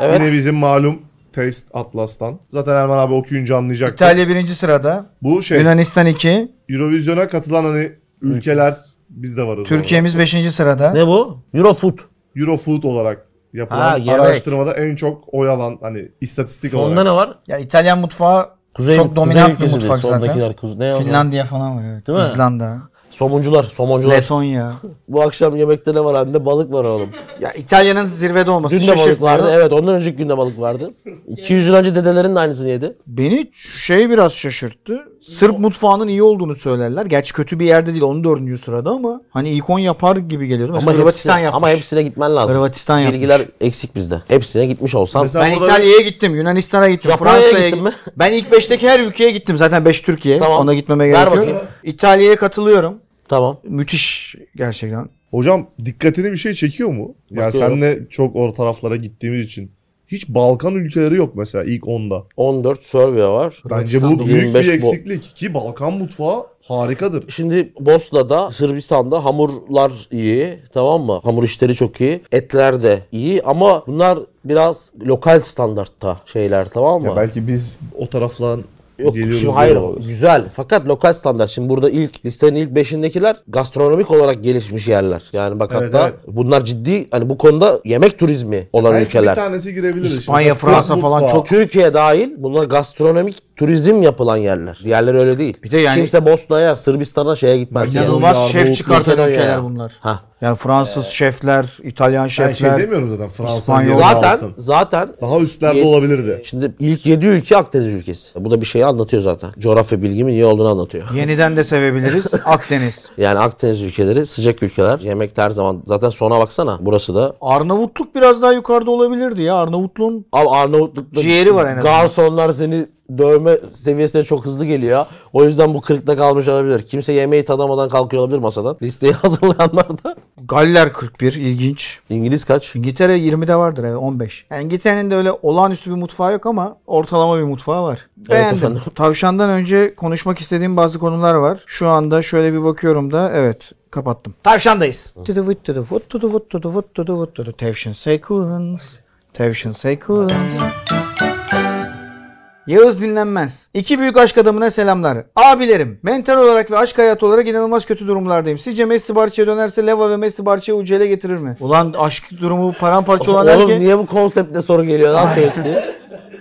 [SPEAKER 2] Evet.
[SPEAKER 3] Yine bizim malum Taste Atlas'tan. Zaten Erman abi okuyunca anlayacak.
[SPEAKER 1] İtalya birinci sırada.
[SPEAKER 3] Bu şey
[SPEAKER 1] Yunanistan 2.
[SPEAKER 3] Eurovision'a katılan hani ülkeler biz de varız.
[SPEAKER 1] Türkiye'miz 5. sırada.
[SPEAKER 2] Ne bu? Eurofoot.
[SPEAKER 3] orada. Eurofood olarak
[SPEAKER 2] Ha,
[SPEAKER 3] yapılan
[SPEAKER 2] yemek.
[SPEAKER 3] araştırmada en çok oy alan hani istatistik
[SPEAKER 2] Sonunda
[SPEAKER 3] olarak.
[SPEAKER 2] ne var?
[SPEAKER 1] Ya İtalyan mutfağı
[SPEAKER 2] Kuzey,
[SPEAKER 1] çok
[SPEAKER 2] kuzey
[SPEAKER 1] dominant bir
[SPEAKER 2] ülkesidir.
[SPEAKER 1] mutfak zaten.
[SPEAKER 2] Sondakiler kuze- ne Finland.
[SPEAKER 1] Finlandiya falan var evet.
[SPEAKER 2] Değil mi?
[SPEAKER 1] İzlanda,
[SPEAKER 2] Somuncular, somuncular.
[SPEAKER 1] Letonya.
[SPEAKER 2] Bu akşam yemekte ne var anne? Balık var oğlum.
[SPEAKER 1] ya İtalya'nın zirvede olması
[SPEAKER 2] Dün de balık vardı. Evet ondan önceki gün de balık vardı. 200 yıl önce dedelerin de aynısını yedi.
[SPEAKER 1] Beni şey biraz şaşırttı. Sırp mutfağının iyi olduğunu söylerler. Gerçi kötü bir yerde değil 14. sırada ama hani iyi kon yapar gibi geliyordu. Mesela
[SPEAKER 2] hepsine-
[SPEAKER 1] Hırvatistan yapmış.
[SPEAKER 2] Ama hepsine gitmen lazım.
[SPEAKER 1] Hırvatistan yapmış.
[SPEAKER 2] Bilgiler eksik bizde. Hepsine gitmiş olsam.
[SPEAKER 3] Mesela
[SPEAKER 1] ben
[SPEAKER 3] burada-
[SPEAKER 1] İtalya'ya gittim, Yunanistan'a gittim,
[SPEAKER 2] Japonya'ya
[SPEAKER 1] Fransa'ya
[SPEAKER 2] gittin
[SPEAKER 1] gittim.
[SPEAKER 2] mi?
[SPEAKER 1] Ben ilk 5'teki her ülkeye gittim. Zaten 5 Türkiye.
[SPEAKER 2] Tamam.
[SPEAKER 1] Ona gitmeme
[SPEAKER 2] Ver
[SPEAKER 1] gerek
[SPEAKER 2] bakayım.
[SPEAKER 1] yok. İtalya'ya katılıyorum.
[SPEAKER 2] Tamam.
[SPEAKER 1] Müthiş gerçekten.
[SPEAKER 3] Hocam dikkatini bir şey çekiyor mu? Yani
[SPEAKER 2] Bakıyorum.
[SPEAKER 3] senle çok o taraflara gittiğimiz için. Hiç Balkan ülkeleri yok mesela ilk 10'da.
[SPEAKER 2] 14 Serbia var.
[SPEAKER 3] Bence
[SPEAKER 2] Hırvatistan'da
[SPEAKER 3] bu büyük
[SPEAKER 2] 25
[SPEAKER 3] bir
[SPEAKER 2] bu.
[SPEAKER 3] eksiklik ki Balkan mutfağı harikadır.
[SPEAKER 2] Şimdi Bosna'da, Sırbistan'da hamurlar iyi. Tamam mı? Hamur işleri çok iyi. Etler de iyi ama bunlar biraz lokal standartta şeyler tamam mı?
[SPEAKER 3] Ya belki biz o taraftan
[SPEAKER 2] Yok
[SPEAKER 3] geliyoruz.
[SPEAKER 2] şimdi
[SPEAKER 3] diye
[SPEAKER 2] hayır
[SPEAKER 3] olabilir.
[SPEAKER 2] güzel fakat lokal standart. Şimdi burada ilk listenin ilk beşindekiler gastronomik olarak gelişmiş yerler. Yani bak
[SPEAKER 3] Evet,
[SPEAKER 2] hatta
[SPEAKER 3] evet.
[SPEAKER 2] bunlar ciddi hani bu konuda yemek turizmi olan
[SPEAKER 3] Belki bir
[SPEAKER 2] ülkeler.
[SPEAKER 3] tanesi girebilir. Şimdi
[SPEAKER 1] İspanya,
[SPEAKER 3] mesela
[SPEAKER 1] Fransa
[SPEAKER 3] Sırp
[SPEAKER 1] falan
[SPEAKER 3] mutfağı.
[SPEAKER 1] çok-
[SPEAKER 2] Türkiye dahil bunlar gastronomik turizm yapılan yerler. Diğerleri öyle değil.
[SPEAKER 1] Bir de yani-
[SPEAKER 2] Kimse Bosna'ya, Sırbistan'a şeye gitmez. yani.
[SPEAKER 1] İnanılmaz
[SPEAKER 3] Ya
[SPEAKER 1] şef
[SPEAKER 3] bu
[SPEAKER 1] çıkartan
[SPEAKER 2] Makedonya
[SPEAKER 1] ülkeler
[SPEAKER 2] ya.
[SPEAKER 1] bunlar. Ee,
[SPEAKER 2] Hah.
[SPEAKER 1] Yani Fransız şefler, İtalyan
[SPEAKER 3] Ben şey
[SPEAKER 1] şefler.
[SPEAKER 3] demiyorum zaten Fransa
[SPEAKER 1] İspanyol-
[SPEAKER 3] diye
[SPEAKER 2] Zaten
[SPEAKER 3] alsın.
[SPEAKER 2] zaten
[SPEAKER 3] daha üstlerde
[SPEAKER 2] Yet-
[SPEAKER 3] olabilirdi.
[SPEAKER 2] şimdi ilk 7 ülke Akdeniz ülkesi. Bu da bir şeyi anlatıyor zaten. Coğrafya bilgimin iyi olduğunu anlatıyor.
[SPEAKER 1] Yeniden de sevebiliriz. Akdeniz.
[SPEAKER 2] Yani Akdeniz ülkeleri sıcak ülkeler. Yemekte her zaman zaten sona baksana. Burası da
[SPEAKER 1] Arnavutluk biraz daha yukarıda olabilirdi ya. Arnavutluğun
[SPEAKER 2] Abi Arnavutluk'ta
[SPEAKER 1] Ciğeri var en azından.
[SPEAKER 2] Garsonlar seni dövme seviyesine çok hızlı geliyor. O yüzden bu kırıkta kalmış olabilir. Kimse yemeği tadamadan kalkıyor olabilir masadan. Listeyi hazırlayanlar da.
[SPEAKER 1] Galler 41 ilginç.
[SPEAKER 2] İngiliz kaç?
[SPEAKER 1] İngiltere 20'de vardır evet 15. Yani İngiltere'nin de öyle olağanüstü bir mutfağı yok ama ortalama bir mutfağı var. Beğendim.
[SPEAKER 2] efendim.
[SPEAKER 1] Tavşandan önce konuşmak istediğim bazı konular var. Şu anda şöyle bir bakıyorum da evet kapattım. Tavşandayız. Tudu vut tudu vut tudu vut tudu vut tudu vut tudu. Tavşan sequence. Tavşan sequence. Yağız dinlenmez. İki büyük aşk adamına selamlar. Abilerim, mental olarak ve aşk hayatı olarak inanılmaz kötü durumlardayım. Sizce Messi Barça'ya dönerse Leva ve Messi Barça'yı UCL'e getirir mi? Ulan aşk durumu paramparça olan
[SPEAKER 2] Oğlum
[SPEAKER 1] erkek.
[SPEAKER 2] niye bu konseptle soru geliyor lan sürekli?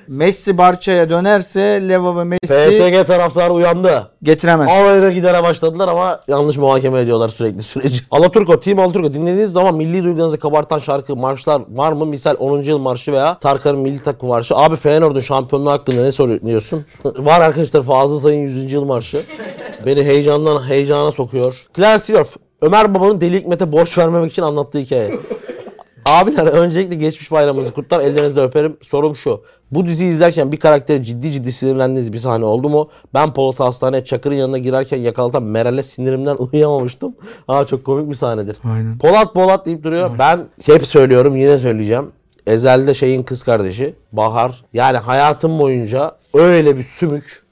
[SPEAKER 1] Messi Barça'ya dönerse Leva ve Messi
[SPEAKER 2] PSG taraftarı uyandı.
[SPEAKER 1] getiremez.
[SPEAKER 2] Ağlayla gidere başladılar ama yanlış muhakeme ediyorlar sürekli süreci. Alaturko, Team Alaturko dinlediğiniz zaman milli duygularınızı kabartan şarkı, marşlar var mı? Misal 10. yıl marşı veya Tarkan'ın milli takım marşı. Abi Feyenoord'un şampiyonluğu hakkında ne soruyorsun? var arkadaşlar Fazıl Say'ın 100. yıl marşı. Beni heyecandan heyecana sokuyor. Clarence Seedorf, Ömer Baba'nın Deli Hikmet'e borç vermemek için anlattığı hikaye. Abiler öncelikle geçmiş bayramınızı kutlar. Ellerinizle öperim. Sorum şu. Bu diziyi izlerken bir karaktere ciddi ciddi sinirlendiğiniz bir sahne oldu mu? Ben Polat Hastane'ye Çakır'ın yanına girerken yakalatan Meral'e sinirimden uyuyamamıştım. Aa çok komik bir sahnedir. Polat Polat deyip duruyor. Ben hep söylüyorum yine söyleyeceğim. Ezel'de şeyin kız kardeşi Bahar. Yani hayatım boyunca öyle bir sümük.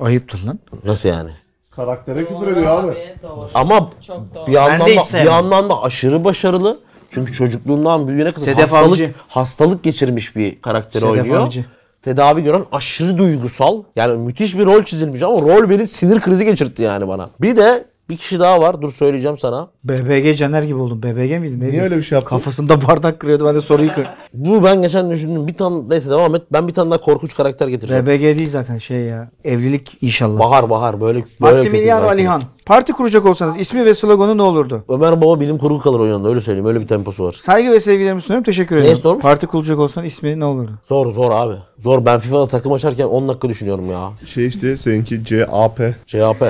[SPEAKER 1] Ayıptır lan.
[SPEAKER 2] Nasıl yani?
[SPEAKER 3] Karaktere küfür
[SPEAKER 6] Doğru
[SPEAKER 3] ediyor abi.
[SPEAKER 6] Doğru.
[SPEAKER 2] Ama
[SPEAKER 6] Çok doğru.
[SPEAKER 2] bir yandan,
[SPEAKER 1] hiç
[SPEAKER 2] da, bir
[SPEAKER 1] sevmem.
[SPEAKER 2] yandan da aşırı başarılı. Çünkü çocukluğundan büyüğüne kadar
[SPEAKER 1] Sedef
[SPEAKER 2] hastalık,
[SPEAKER 1] Avcı.
[SPEAKER 2] hastalık geçirmiş bir karakteri
[SPEAKER 1] Sedef
[SPEAKER 2] oynuyor.
[SPEAKER 1] Avcı.
[SPEAKER 2] Tedavi gören aşırı duygusal. Yani müthiş bir rol çizilmiş ama rol benim sinir krizi geçirtti yani bana. Bir de bir kişi daha var. Dur söyleyeceğim sana.
[SPEAKER 1] BBG Caner gibi oldum. BBG miydi? Neydi?
[SPEAKER 3] Niye öyle bir şey yaptın?
[SPEAKER 1] Kafasında bardak kırıyordu. Ben de soruyu kır.
[SPEAKER 2] Bu ben geçen düşündüm. Bir tane neyse devam et. Ben bir tane daha korkunç karakter getireceğim.
[SPEAKER 1] BBG değil zaten şey ya. Evlilik inşallah.
[SPEAKER 2] Bahar Bahar böyle böyle kötü bir
[SPEAKER 1] Massimiliano
[SPEAKER 2] karakter.
[SPEAKER 1] Alihan. Parti kuracak olsanız ismi ve sloganı ne olurdu?
[SPEAKER 2] Ömer Baba bilim kurgu kalır o yanında öyle söyleyeyim. Öyle bir temposu var.
[SPEAKER 1] Saygı ve sevgilerimi sunuyorum. Teşekkür ederim.
[SPEAKER 2] sormuş?
[SPEAKER 1] Parti kuracak olsan ismi ne olurdu?
[SPEAKER 2] Zor zor abi. Zor. Ben FIFA'da takım açarken 10 dakika düşünüyorum ya.
[SPEAKER 3] Şey işte seninki CAP.
[SPEAKER 2] CHP.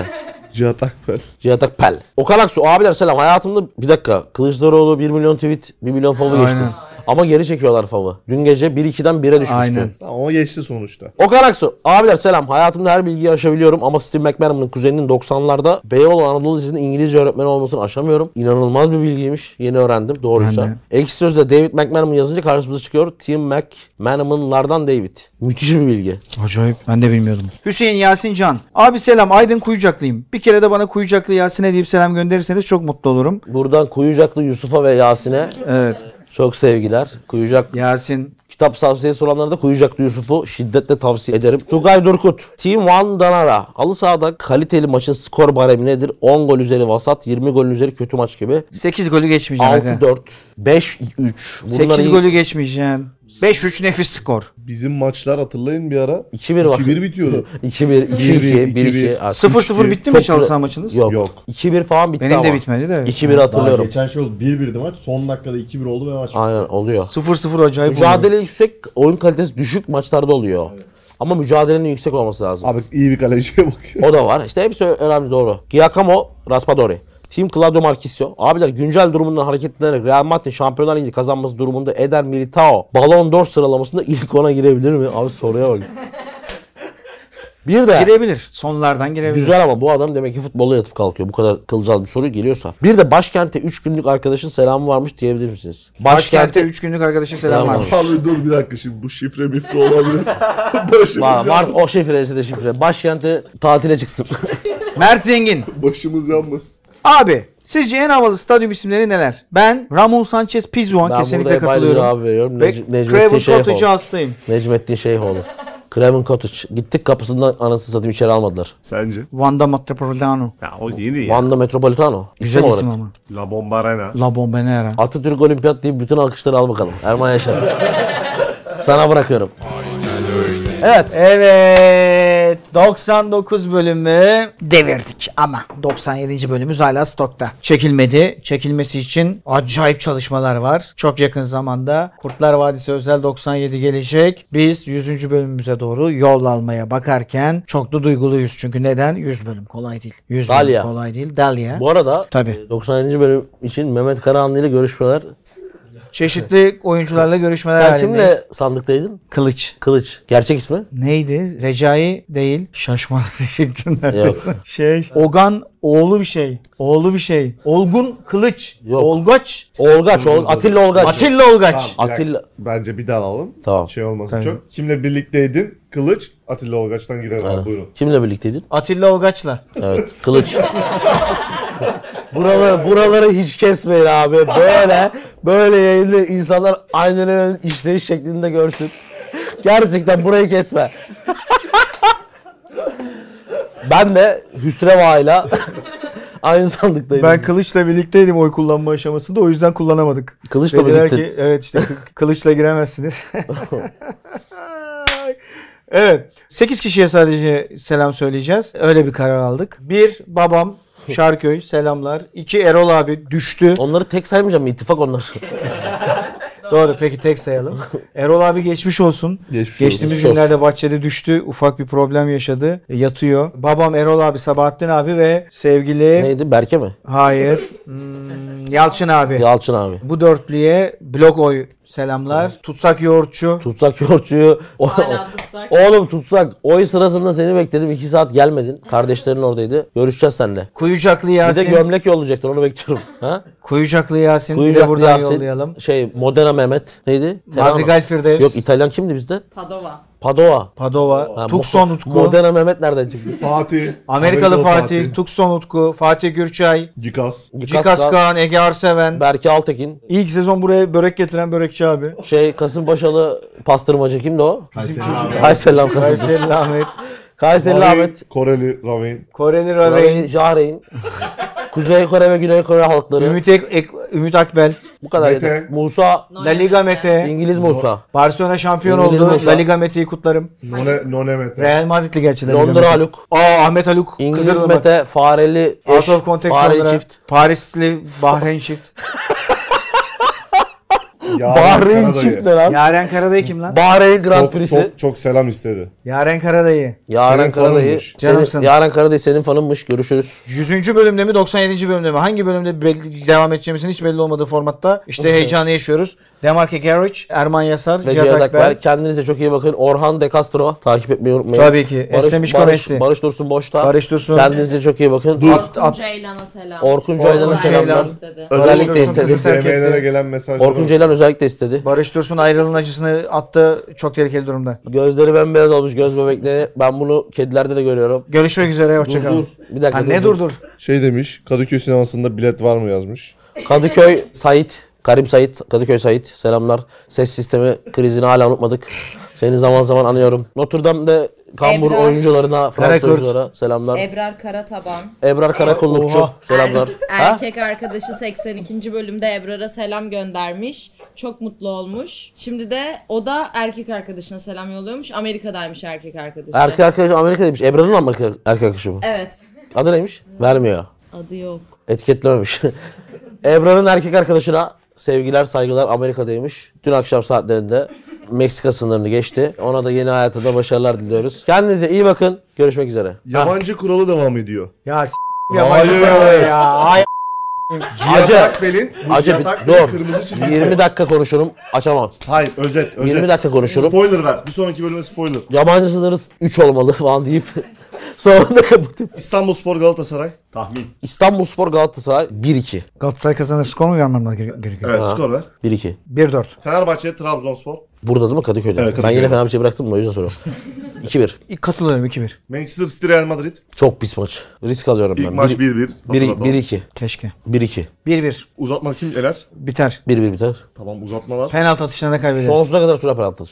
[SPEAKER 3] Cihat Akber.
[SPEAKER 2] Cihat Akpel. Okan Aksu abiler selam. Hayatımda bir dakika. Kılıçdaroğlu 1 milyon tweet 1 milyon favı geçti.
[SPEAKER 1] Aynen.
[SPEAKER 2] Ama geri çekiyorlar favı. Dün gece 1-2'den 1'e düşmüştü.
[SPEAKER 1] Aynen.
[SPEAKER 3] Tamam ama geçti sonuçta.
[SPEAKER 2] Okan Aksu. Abiler selam. Hayatımda her bilgiyi aşabiliyorum ama Steve McManaman'ın kuzeninin 90'larda Beyoğlu Anadolu Lisesi'nin İngilizce öğretmeni olmasını aşamıyorum. İnanılmaz bir bilgiymiş. Yeni öğrendim. Doğruysa.
[SPEAKER 1] Ben de.
[SPEAKER 2] Ekşi Söz'de David McManaman yazınca karşımıza çıkıyor. Tim McManaman'lardan David. Müthiş bir bilgi.
[SPEAKER 1] Acayip. Ben de bilmiyordum. Hüseyin Yasin Can. Abi selam. Aydın Kuyucaklıyım. Bir kere de bana Kuyucaklı Yasin'e deyip selam gönderirseniz çok mutlu olurum.
[SPEAKER 2] Buradan Kuyucaklı Yusuf'a ve Yasin'e
[SPEAKER 1] Evet.
[SPEAKER 2] çok sevgiler. Kuyucak
[SPEAKER 1] Yasin.
[SPEAKER 2] Kitap tavsiyesi olanlara da Kuyucaklı Yusuf'u şiddetle tavsiye ederim. Tugay Durkut, Team One Danara. Halı sahada kaliteli maçın skor baremi nedir? 10 gol üzeri vasat, 20 gol üzeri kötü maç gibi.
[SPEAKER 1] 8 golü geçmeyeceksin. aga.
[SPEAKER 2] 6-4, 5-3. Bunlar
[SPEAKER 1] 8
[SPEAKER 2] iyi.
[SPEAKER 1] golü geçmeyeceksin. 5-3 nefis skor.
[SPEAKER 3] Bizim maçlar hatırlayın bir ara.
[SPEAKER 2] 2-1 bak.
[SPEAKER 3] 2-1 bitiyordu.
[SPEAKER 2] 2-1, 2-2, 1-2. artık.
[SPEAKER 1] 0-0 bitti mi
[SPEAKER 2] Çok
[SPEAKER 1] çalışan
[SPEAKER 2] güzel.
[SPEAKER 1] maçınız?
[SPEAKER 2] Yok.
[SPEAKER 3] Yok.
[SPEAKER 2] 2-1 falan bitti
[SPEAKER 1] Benim
[SPEAKER 2] ama.
[SPEAKER 1] de bitmedi de.
[SPEAKER 2] 2-1
[SPEAKER 4] Daha
[SPEAKER 2] hatırlıyorum.
[SPEAKER 4] geçen şey oldu. 1-1'di maç. Son dakikada 2-1 oldu ve maç
[SPEAKER 2] Aynen oluyor.
[SPEAKER 1] 0-0 acayip oldu.
[SPEAKER 2] Mücadele yüksek, oyun kalitesi düşük maçlarda oluyor. Ama mücadelenin yüksek olması lazım.
[SPEAKER 3] Abi iyi bir kaleciye bak.
[SPEAKER 2] O da var. İşte hepsi önemli doğru. Giacomo Raspadori. Team Claudio Marchisio. Abiler güncel durumundan hareketlenerek Real Madrid Şampiyonlar Ligi kazanması durumunda Eder Militao Ballon d'Or sıralamasında ilk ona girebilir mi? Abi soruya bak. Bir de
[SPEAKER 1] Girebilir. Sonlardan girebilir.
[SPEAKER 2] güzel ama bu adam demek ki futbolla yatıp kalkıyor. Bu kadar kılcal bir soru geliyorsa. Bir de başkente 3 günlük arkadaşın selamı varmış diyebilir misiniz?
[SPEAKER 1] Başkent'e 3 günlük arkadaşa selam
[SPEAKER 2] Selam
[SPEAKER 1] var.
[SPEAKER 2] olsun.
[SPEAKER 3] Abi dur bir dakika şimdi bu şifre mifre olabilir. başımız,
[SPEAKER 2] Var, var o şifresi de şifre. Başkente tatile çıksın.
[SPEAKER 1] Mert Zengin.
[SPEAKER 3] başımız yanmasın.
[SPEAKER 1] Abi sizce en havalı stadyum isimleri neler? Ben Ramon Sanchez Pizjuan
[SPEAKER 2] Ben
[SPEAKER 1] kesinlikle
[SPEAKER 2] burada hep aynı
[SPEAKER 1] katılıyorum.
[SPEAKER 2] cevabı veriyorum.
[SPEAKER 1] Ve
[SPEAKER 2] Nec- şey Necmettin
[SPEAKER 1] Craven
[SPEAKER 2] Şeyhoğlu.
[SPEAKER 1] Cottage'ı hastayım.
[SPEAKER 2] Necmettin Şeyhoğlu. Craven Cottage. Gittik kapısından anasını satayım içeri almadılar.
[SPEAKER 3] Sence?
[SPEAKER 1] Vanda Metropolitano.
[SPEAKER 3] Ya o yeni ya.
[SPEAKER 2] Van'da Metropolitano.
[SPEAKER 1] Güzel
[SPEAKER 2] İsim
[SPEAKER 1] isim
[SPEAKER 2] olarak.
[SPEAKER 1] ama.
[SPEAKER 3] La Bombarena.
[SPEAKER 1] La Bombenera.
[SPEAKER 2] Atatürk Olimpiyat deyip bütün alkışları al bakalım. Erman Yaşar. Sana bırakıyorum. Evet.
[SPEAKER 1] Evet 99 bölümü devirdik ama 97. bölümümüz hala stokta. Çekilmedi. Çekilmesi için acayip çalışmalar var. Çok yakın zamanda Kurtlar Vadisi özel 97 gelecek. Biz 100. bölümümüze doğru yol almaya bakarken çok da duyguluyuz. Çünkü neden? 100 bölüm kolay değil. 100
[SPEAKER 2] Dalia.
[SPEAKER 1] bölüm kolay değil. Dalia.
[SPEAKER 2] Bu arada
[SPEAKER 1] Tabii. Ee,
[SPEAKER 2] 97. bölüm için Mehmet Karahanlı ile görüşmeler.
[SPEAKER 1] Çeşitli oyuncularla görüşmeler
[SPEAKER 2] Sen
[SPEAKER 1] halindeyiz.
[SPEAKER 2] kimle sandıktaydın?
[SPEAKER 1] Kılıç.
[SPEAKER 2] Kılıç. Gerçek ismi?
[SPEAKER 1] Neydi? Recai değil. Şaşmaz şeklinde.
[SPEAKER 2] Yok.
[SPEAKER 1] Şey. Ogan oğlu bir şey. Oğlu bir şey. Olgun Kılıç.
[SPEAKER 2] Yok.
[SPEAKER 1] Olgaç.
[SPEAKER 2] Olgaç. Ol- Atilla Olgaç.
[SPEAKER 1] Atilla Olgaç.
[SPEAKER 3] Bir dakika,
[SPEAKER 2] Atilla-
[SPEAKER 3] Bence bir daha alalım.
[SPEAKER 2] Tamam.
[SPEAKER 3] Şey olmasın
[SPEAKER 1] Tabii.
[SPEAKER 3] çok. Kimle birlikteydin? Kılıç. Atilla Olgaç'tan girer abi buyurun.
[SPEAKER 2] Kimle birlikteydin?
[SPEAKER 1] Atilla Olgaç'la.
[SPEAKER 2] Evet. Kılıç. Buraları, buraları hiç kesmeyin abi. Böyle böyle yayında insanlar aynaların işleyiş şeklinde görsün. Gerçekten burayı kesme. ben de Hüsreva'yla aynı sandıktaydım.
[SPEAKER 1] Ben Kılıç'la birlikteydim oy kullanma aşamasında o yüzden kullanamadık.
[SPEAKER 2] Kılıç'la mı
[SPEAKER 1] Dediler
[SPEAKER 2] gittin?
[SPEAKER 1] ki evet işte kı- Kılıç'la giremezsiniz. evet. 8 kişiye sadece selam söyleyeceğiz. Öyle bir karar aldık. Bir babam Şarköy selamlar. İki Erol abi düştü.
[SPEAKER 2] Onları tek saymayacağım. ittifak onlar.
[SPEAKER 1] Doğru peki tek sayalım. Erol abi geçmiş olsun.
[SPEAKER 3] Geçmiş
[SPEAKER 1] Geçtiğimiz
[SPEAKER 2] olsun.
[SPEAKER 1] günlerde bahçede düştü. Ufak bir problem yaşadı. E, Yatıyor. Babam Erol abi, Sabahattin abi ve sevgili
[SPEAKER 2] Neydi? Berke mi? E,
[SPEAKER 1] hayır hmm, Yalçın abi.
[SPEAKER 2] Yalçın abi.
[SPEAKER 1] Bu dörtlüye blok oy selamlar. Tutsak yoğurtçu.
[SPEAKER 2] Tutsak yoğurtçuyu. O-
[SPEAKER 6] Hala tutsak.
[SPEAKER 2] Oğlum tutsak. Oy sırasında seni bekledim. 2 saat gelmedin. Kardeşlerin oradaydı. Görüşeceğiz seninle.
[SPEAKER 1] Kuyucaklı
[SPEAKER 2] Bir de
[SPEAKER 1] Yasin.
[SPEAKER 2] gömlek yollayacaktın onu bekliyorum. Ha?
[SPEAKER 1] Kuyucaklı Yasin. bir de
[SPEAKER 2] Kuyucak
[SPEAKER 1] buradan
[SPEAKER 2] Yasin,
[SPEAKER 1] yollayalım.
[SPEAKER 2] Şey Modena Mehmet neydi? Terano.
[SPEAKER 1] Madrigal Firdevs.
[SPEAKER 2] Yok İtalyan kimdi bizde?
[SPEAKER 6] Padova.
[SPEAKER 2] Padova.
[SPEAKER 1] Padova,
[SPEAKER 2] Ha,
[SPEAKER 1] Tukson
[SPEAKER 2] Mo-
[SPEAKER 1] Utku,
[SPEAKER 2] Modena Mehmet nereden çıktı?
[SPEAKER 3] Fatih.
[SPEAKER 1] Amerikalı Fatih, Tukson Utku, Fatih Gürçay,
[SPEAKER 3] Gikas.
[SPEAKER 1] Cikas Kaan, Ege Arseven.
[SPEAKER 2] Berke Altekin.
[SPEAKER 1] İlk sezon buraya börek getiren börekçi abi.
[SPEAKER 2] Şey Kasımpaşalı pastırmacı kimdi o?
[SPEAKER 1] Bizim çocuk.
[SPEAKER 2] Kayseri lan Kasım.
[SPEAKER 1] Kayseri Ahmet,
[SPEAKER 2] Kayseri
[SPEAKER 3] Bahreyn,
[SPEAKER 2] Ahmet.
[SPEAKER 3] Koreli Ravin.
[SPEAKER 1] Koreli
[SPEAKER 2] Bahreyn,
[SPEAKER 1] Raveyn,
[SPEAKER 2] Jahreyn. Kuzey Kore ve Güney Kore halkları.
[SPEAKER 1] Ümit, Ek- Ek- Ümit Akbel,
[SPEAKER 2] Bu kadar
[SPEAKER 3] Mete.
[SPEAKER 2] yeter. Musa.
[SPEAKER 1] La Liga Mete,
[SPEAKER 2] İngiliz Musa.
[SPEAKER 1] Barcelona şampiyon
[SPEAKER 2] İngiliz
[SPEAKER 1] oldu.
[SPEAKER 2] olsa.
[SPEAKER 1] La Liga Mete'yi kutlarım.
[SPEAKER 3] None, None Mete.
[SPEAKER 1] Real Madridli gerçi. La Liga
[SPEAKER 2] Londra
[SPEAKER 1] Mete.
[SPEAKER 2] Haluk.
[SPEAKER 1] Aa Ahmet Haluk.
[SPEAKER 2] İngiliz
[SPEAKER 1] Kızılırmak.
[SPEAKER 2] Mete. Fareli.
[SPEAKER 1] Out
[SPEAKER 2] Eş.
[SPEAKER 1] of context
[SPEAKER 2] Fareli
[SPEAKER 1] Londra.
[SPEAKER 2] çift.
[SPEAKER 1] Parisli Bahreyn çift.
[SPEAKER 3] Yaren
[SPEAKER 2] Bahreyn
[SPEAKER 3] Karadayı.
[SPEAKER 2] çift ne lan?
[SPEAKER 1] Yaren Karadayı kim lan?
[SPEAKER 2] Bahreyn Grand
[SPEAKER 3] Çok,
[SPEAKER 2] Prix'si.
[SPEAKER 3] çok, çok selam istedi.
[SPEAKER 1] Yaren Karadayı.
[SPEAKER 2] Yaren
[SPEAKER 3] Senin
[SPEAKER 2] Karadayı.
[SPEAKER 3] fanınmış.
[SPEAKER 2] senin-
[SPEAKER 1] Canımsın.
[SPEAKER 2] Yaren Karadayı senin fanınmış. Görüşürüz.
[SPEAKER 1] 100. bölümde mi 97. bölümde mi? Hangi bölümde belli, devam edeceğimizin hiç belli olmadığı formatta işte heyecanı yaşıyoruz. Demarke Garage, Erman Yasar,
[SPEAKER 2] Recep
[SPEAKER 1] Cihat Akber.
[SPEAKER 2] Akber. Kendinize çok iyi bakın. Orhan De Castro. Takip etmeyi unutmayın.
[SPEAKER 1] Tabii ki. Eslemiş
[SPEAKER 2] Barış,
[SPEAKER 1] Komesi.
[SPEAKER 2] Barış Dursun Boşta.
[SPEAKER 1] Barış Dursun.
[SPEAKER 2] Kendinize çok iyi bakın. At-
[SPEAKER 6] Orkun Ceylan'a selam.
[SPEAKER 2] Orkun
[SPEAKER 1] Orkun
[SPEAKER 2] Ceylan'a
[SPEAKER 1] Ceylan.
[SPEAKER 2] selamlar.
[SPEAKER 1] Barış
[SPEAKER 2] Özellikle
[SPEAKER 1] Dursun
[SPEAKER 2] istedi.
[SPEAKER 1] kızı terk
[SPEAKER 3] DM'lere
[SPEAKER 1] etti.
[SPEAKER 3] gelen mesajlar.
[SPEAKER 2] Orkun Ceylan özellikle istedi.
[SPEAKER 1] Barış Dursun ayrılığın acısını attı. Çok tehlikeli durumda.
[SPEAKER 2] Gözleri bembeyaz olmuş göz bebekleri. Ben bunu kedilerde de görüyorum.
[SPEAKER 1] Görüşmek üzere. Hoşçakalın.
[SPEAKER 2] Dur, dur. Bir dakika,
[SPEAKER 1] Ha,
[SPEAKER 2] dur,
[SPEAKER 1] ne
[SPEAKER 2] dur.
[SPEAKER 1] durdur?
[SPEAKER 3] Şey demiş Kadıköy sinemasında bilet var mı yazmış.
[SPEAKER 2] Kadıköy Sait. Karim Sait. Kadıköy Sait. Selamlar. Ses sistemi krizini hala unutmadık. Seni zaman zaman anıyorum. Notre Dame'de kambur
[SPEAKER 6] Ebrar.
[SPEAKER 2] oyuncularına, Fransız
[SPEAKER 1] Karakurt.
[SPEAKER 2] oyunculara selamlar.
[SPEAKER 6] Ebrar Karataban.
[SPEAKER 2] Ebrar Karakullukçu.
[SPEAKER 1] Oha.
[SPEAKER 2] Selamlar.
[SPEAKER 6] Er-
[SPEAKER 2] Ha?
[SPEAKER 6] erkek arkadaşı 82. bölümde Ebrar'a selam göndermiş. Çok mutlu olmuş. Şimdi de o da erkek arkadaşına selam yolluyormuş. Amerika'daymış erkek arkadaşı.
[SPEAKER 2] Erkek arkadaşı Amerika'daymış. Ebrar'ın mı Amerika, erkek arkadaşı bu?
[SPEAKER 6] Evet.
[SPEAKER 2] Adı neymiş? Vermiyor.
[SPEAKER 6] Adı yok.
[SPEAKER 2] Etiketlememiş. Ebrar'ın erkek arkadaşına sevgiler saygılar Amerika'daymış. Dün akşam saatlerinde Meksika sınırını geçti. Ona da yeni hayatında başarılar diliyoruz. Kendinize iyi bakın. Görüşmek üzere.
[SPEAKER 3] Yabancı kuralı devam ediyor.
[SPEAKER 1] Ya s***
[SPEAKER 3] Hayır.
[SPEAKER 1] yabancı paraları ya. Hayır.
[SPEAKER 2] Acı.
[SPEAKER 3] Akbel'in bu
[SPEAKER 2] Acı
[SPEAKER 3] Cihat
[SPEAKER 2] bir-
[SPEAKER 3] Akbel'in
[SPEAKER 2] dur.
[SPEAKER 3] kırmızı çizgisi.
[SPEAKER 2] 20 dakika konuşurum. Açamam.
[SPEAKER 3] Hayır özet özet.
[SPEAKER 2] 20 dakika konuşurum.
[SPEAKER 3] Spoiler ver. Bir sonraki bölüme spoiler.
[SPEAKER 2] Yabancı sınırı 3 olmalı falan deyip sonra da kapatıp.
[SPEAKER 3] İstanbul Spor Galatasaray.
[SPEAKER 4] Tahmin.
[SPEAKER 2] İstanbul Spor Galatasaray 1-2.
[SPEAKER 1] Galatasaray kazanır. Skor mu vermem gere- gerekiyor?
[SPEAKER 3] Evet skor ver.
[SPEAKER 2] 1-2.
[SPEAKER 1] 1-4.
[SPEAKER 3] Fenerbahçe Trabzonspor.
[SPEAKER 2] Burada değil mi Kadıköy'de?
[SPEAKER 3] Evet,
[SPEAKER 2] Ben
[SPEAKER 3] Kadıköy'de.
[SPEAKER 2] yine Fenerbahçe'yi bıraktım da o yüzden soruyorum. 2-1.
[SPEAKER 1] Katılıyorum 2-1.
[SPEAKER 3] Manchester City Real Madrid.
[SPEAKER 2] Çok pis maç. Risk alıyorum
[SPEAKER 3] İlk
[SPEAKER 2] ben.
[SPEAKER 3] maç
[SPEAKER 2] Biri-
[SPEAKER 3] 1-1.
[SPEAKER 2] biri-
[SPEAKER 3] Hatırlatalım.
[SPEAKER 2] 1-2.
[SPEAKER 1] Keşke.
[SPEAKER 2] 1-2.
[SPEAKER 1] 1-1.
[SPEAKER 3] Uzatma kim eler?
[SPEAKER 1] Biter.
[SPEAKER 2] 1-1 biter.
[SPEAKER 3] Tamam uzatmalar.
[SPEAKER 1] Penaltı atışlarına kaybederiz.
[SPEAKER 2] Sonsuza kadar süre penaltı.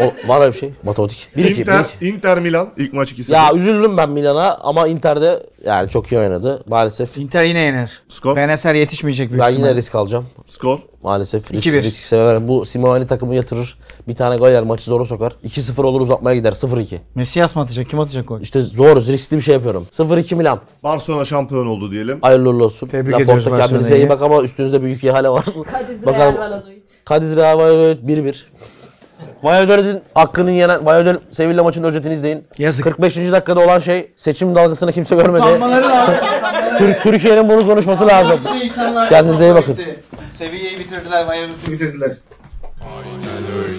[SPEAKER 2] O, var öyle bir şey. Matematik. 1-2.
[SPEAKER 3] Inter,
[SPEAKER 2] 1-2.
[SPEAKER 3] Inter Milan ilk maç 2-0.
[SPEAKER 2] Ya üzüldüm ben Milan'a ama Inter'de yani çok iyi oynadı. Maalesef
[SPEAKER 1] Inter yine yener.
[SPEAKER 3] Skor.
[SPEAKER 1] Beneser yetişmeyecek büyük
[SPEAKER 2] ben
[SPEAKER 1] ihtimalle.
[SPEAKER 2] yine risk alacağım.
[SPEAKER 3] Skor.
[SPEAKER 2] Maalesef risk,
[SPEAKER 1] 2-1.
[SPEAKER 2] risk severim. Bu Simeone takımı yatırır. Bir tane gol yer maçı zora sokar. 2-0 olur uzatmaya gider. 0-2.
[SPEAKER 1] Messias mı atacak? Kim atacak gol?
[SPEAKER 2] İşte zor riskli bir şey yapıyorum. 0-2 Milan.
[SPEAKER 3] Barcelona şampiyon oldu diyelim.
[SPEAKER 2] Hayırlı uğurlu olsun.
[SPEAKER 1] Tebrik
[SPEAKER 2] Laporta,
[SPEAKER 1] ediyoruz
[SPEAKER 2] kendinize
[SPEAKER 1] Barcelona'yı.
[SPEAKER 2] iyi bak ama üstünüzde büyük ihale var.
[SPEAKER 6] Kadiz
[SPEAKER 2] Bakalım.
[SPEAKER 6] Real Valladolid.
[SPEAKER 2] Kadiz Real Valladolid 1-1. Valladolid'in hakkının yenen Valladolid Sevilla maçının özetini izleyin.
[SPEAKER 1] Yazık.
[SPEAKER 2] 45. dakikada olan şey seçim dalgasını kimse görmedi.
[SPEAKER 1] lazım.
[SPEAKER 2] Tür- Türkiye'nin bunu konuşması lazım. Kendinize iyi bakın.
[SPEAKER 1] Seviyeyi bitirdiler, Bayern'i bitirdiler.
[SPEAKER 7] Aynen öyle.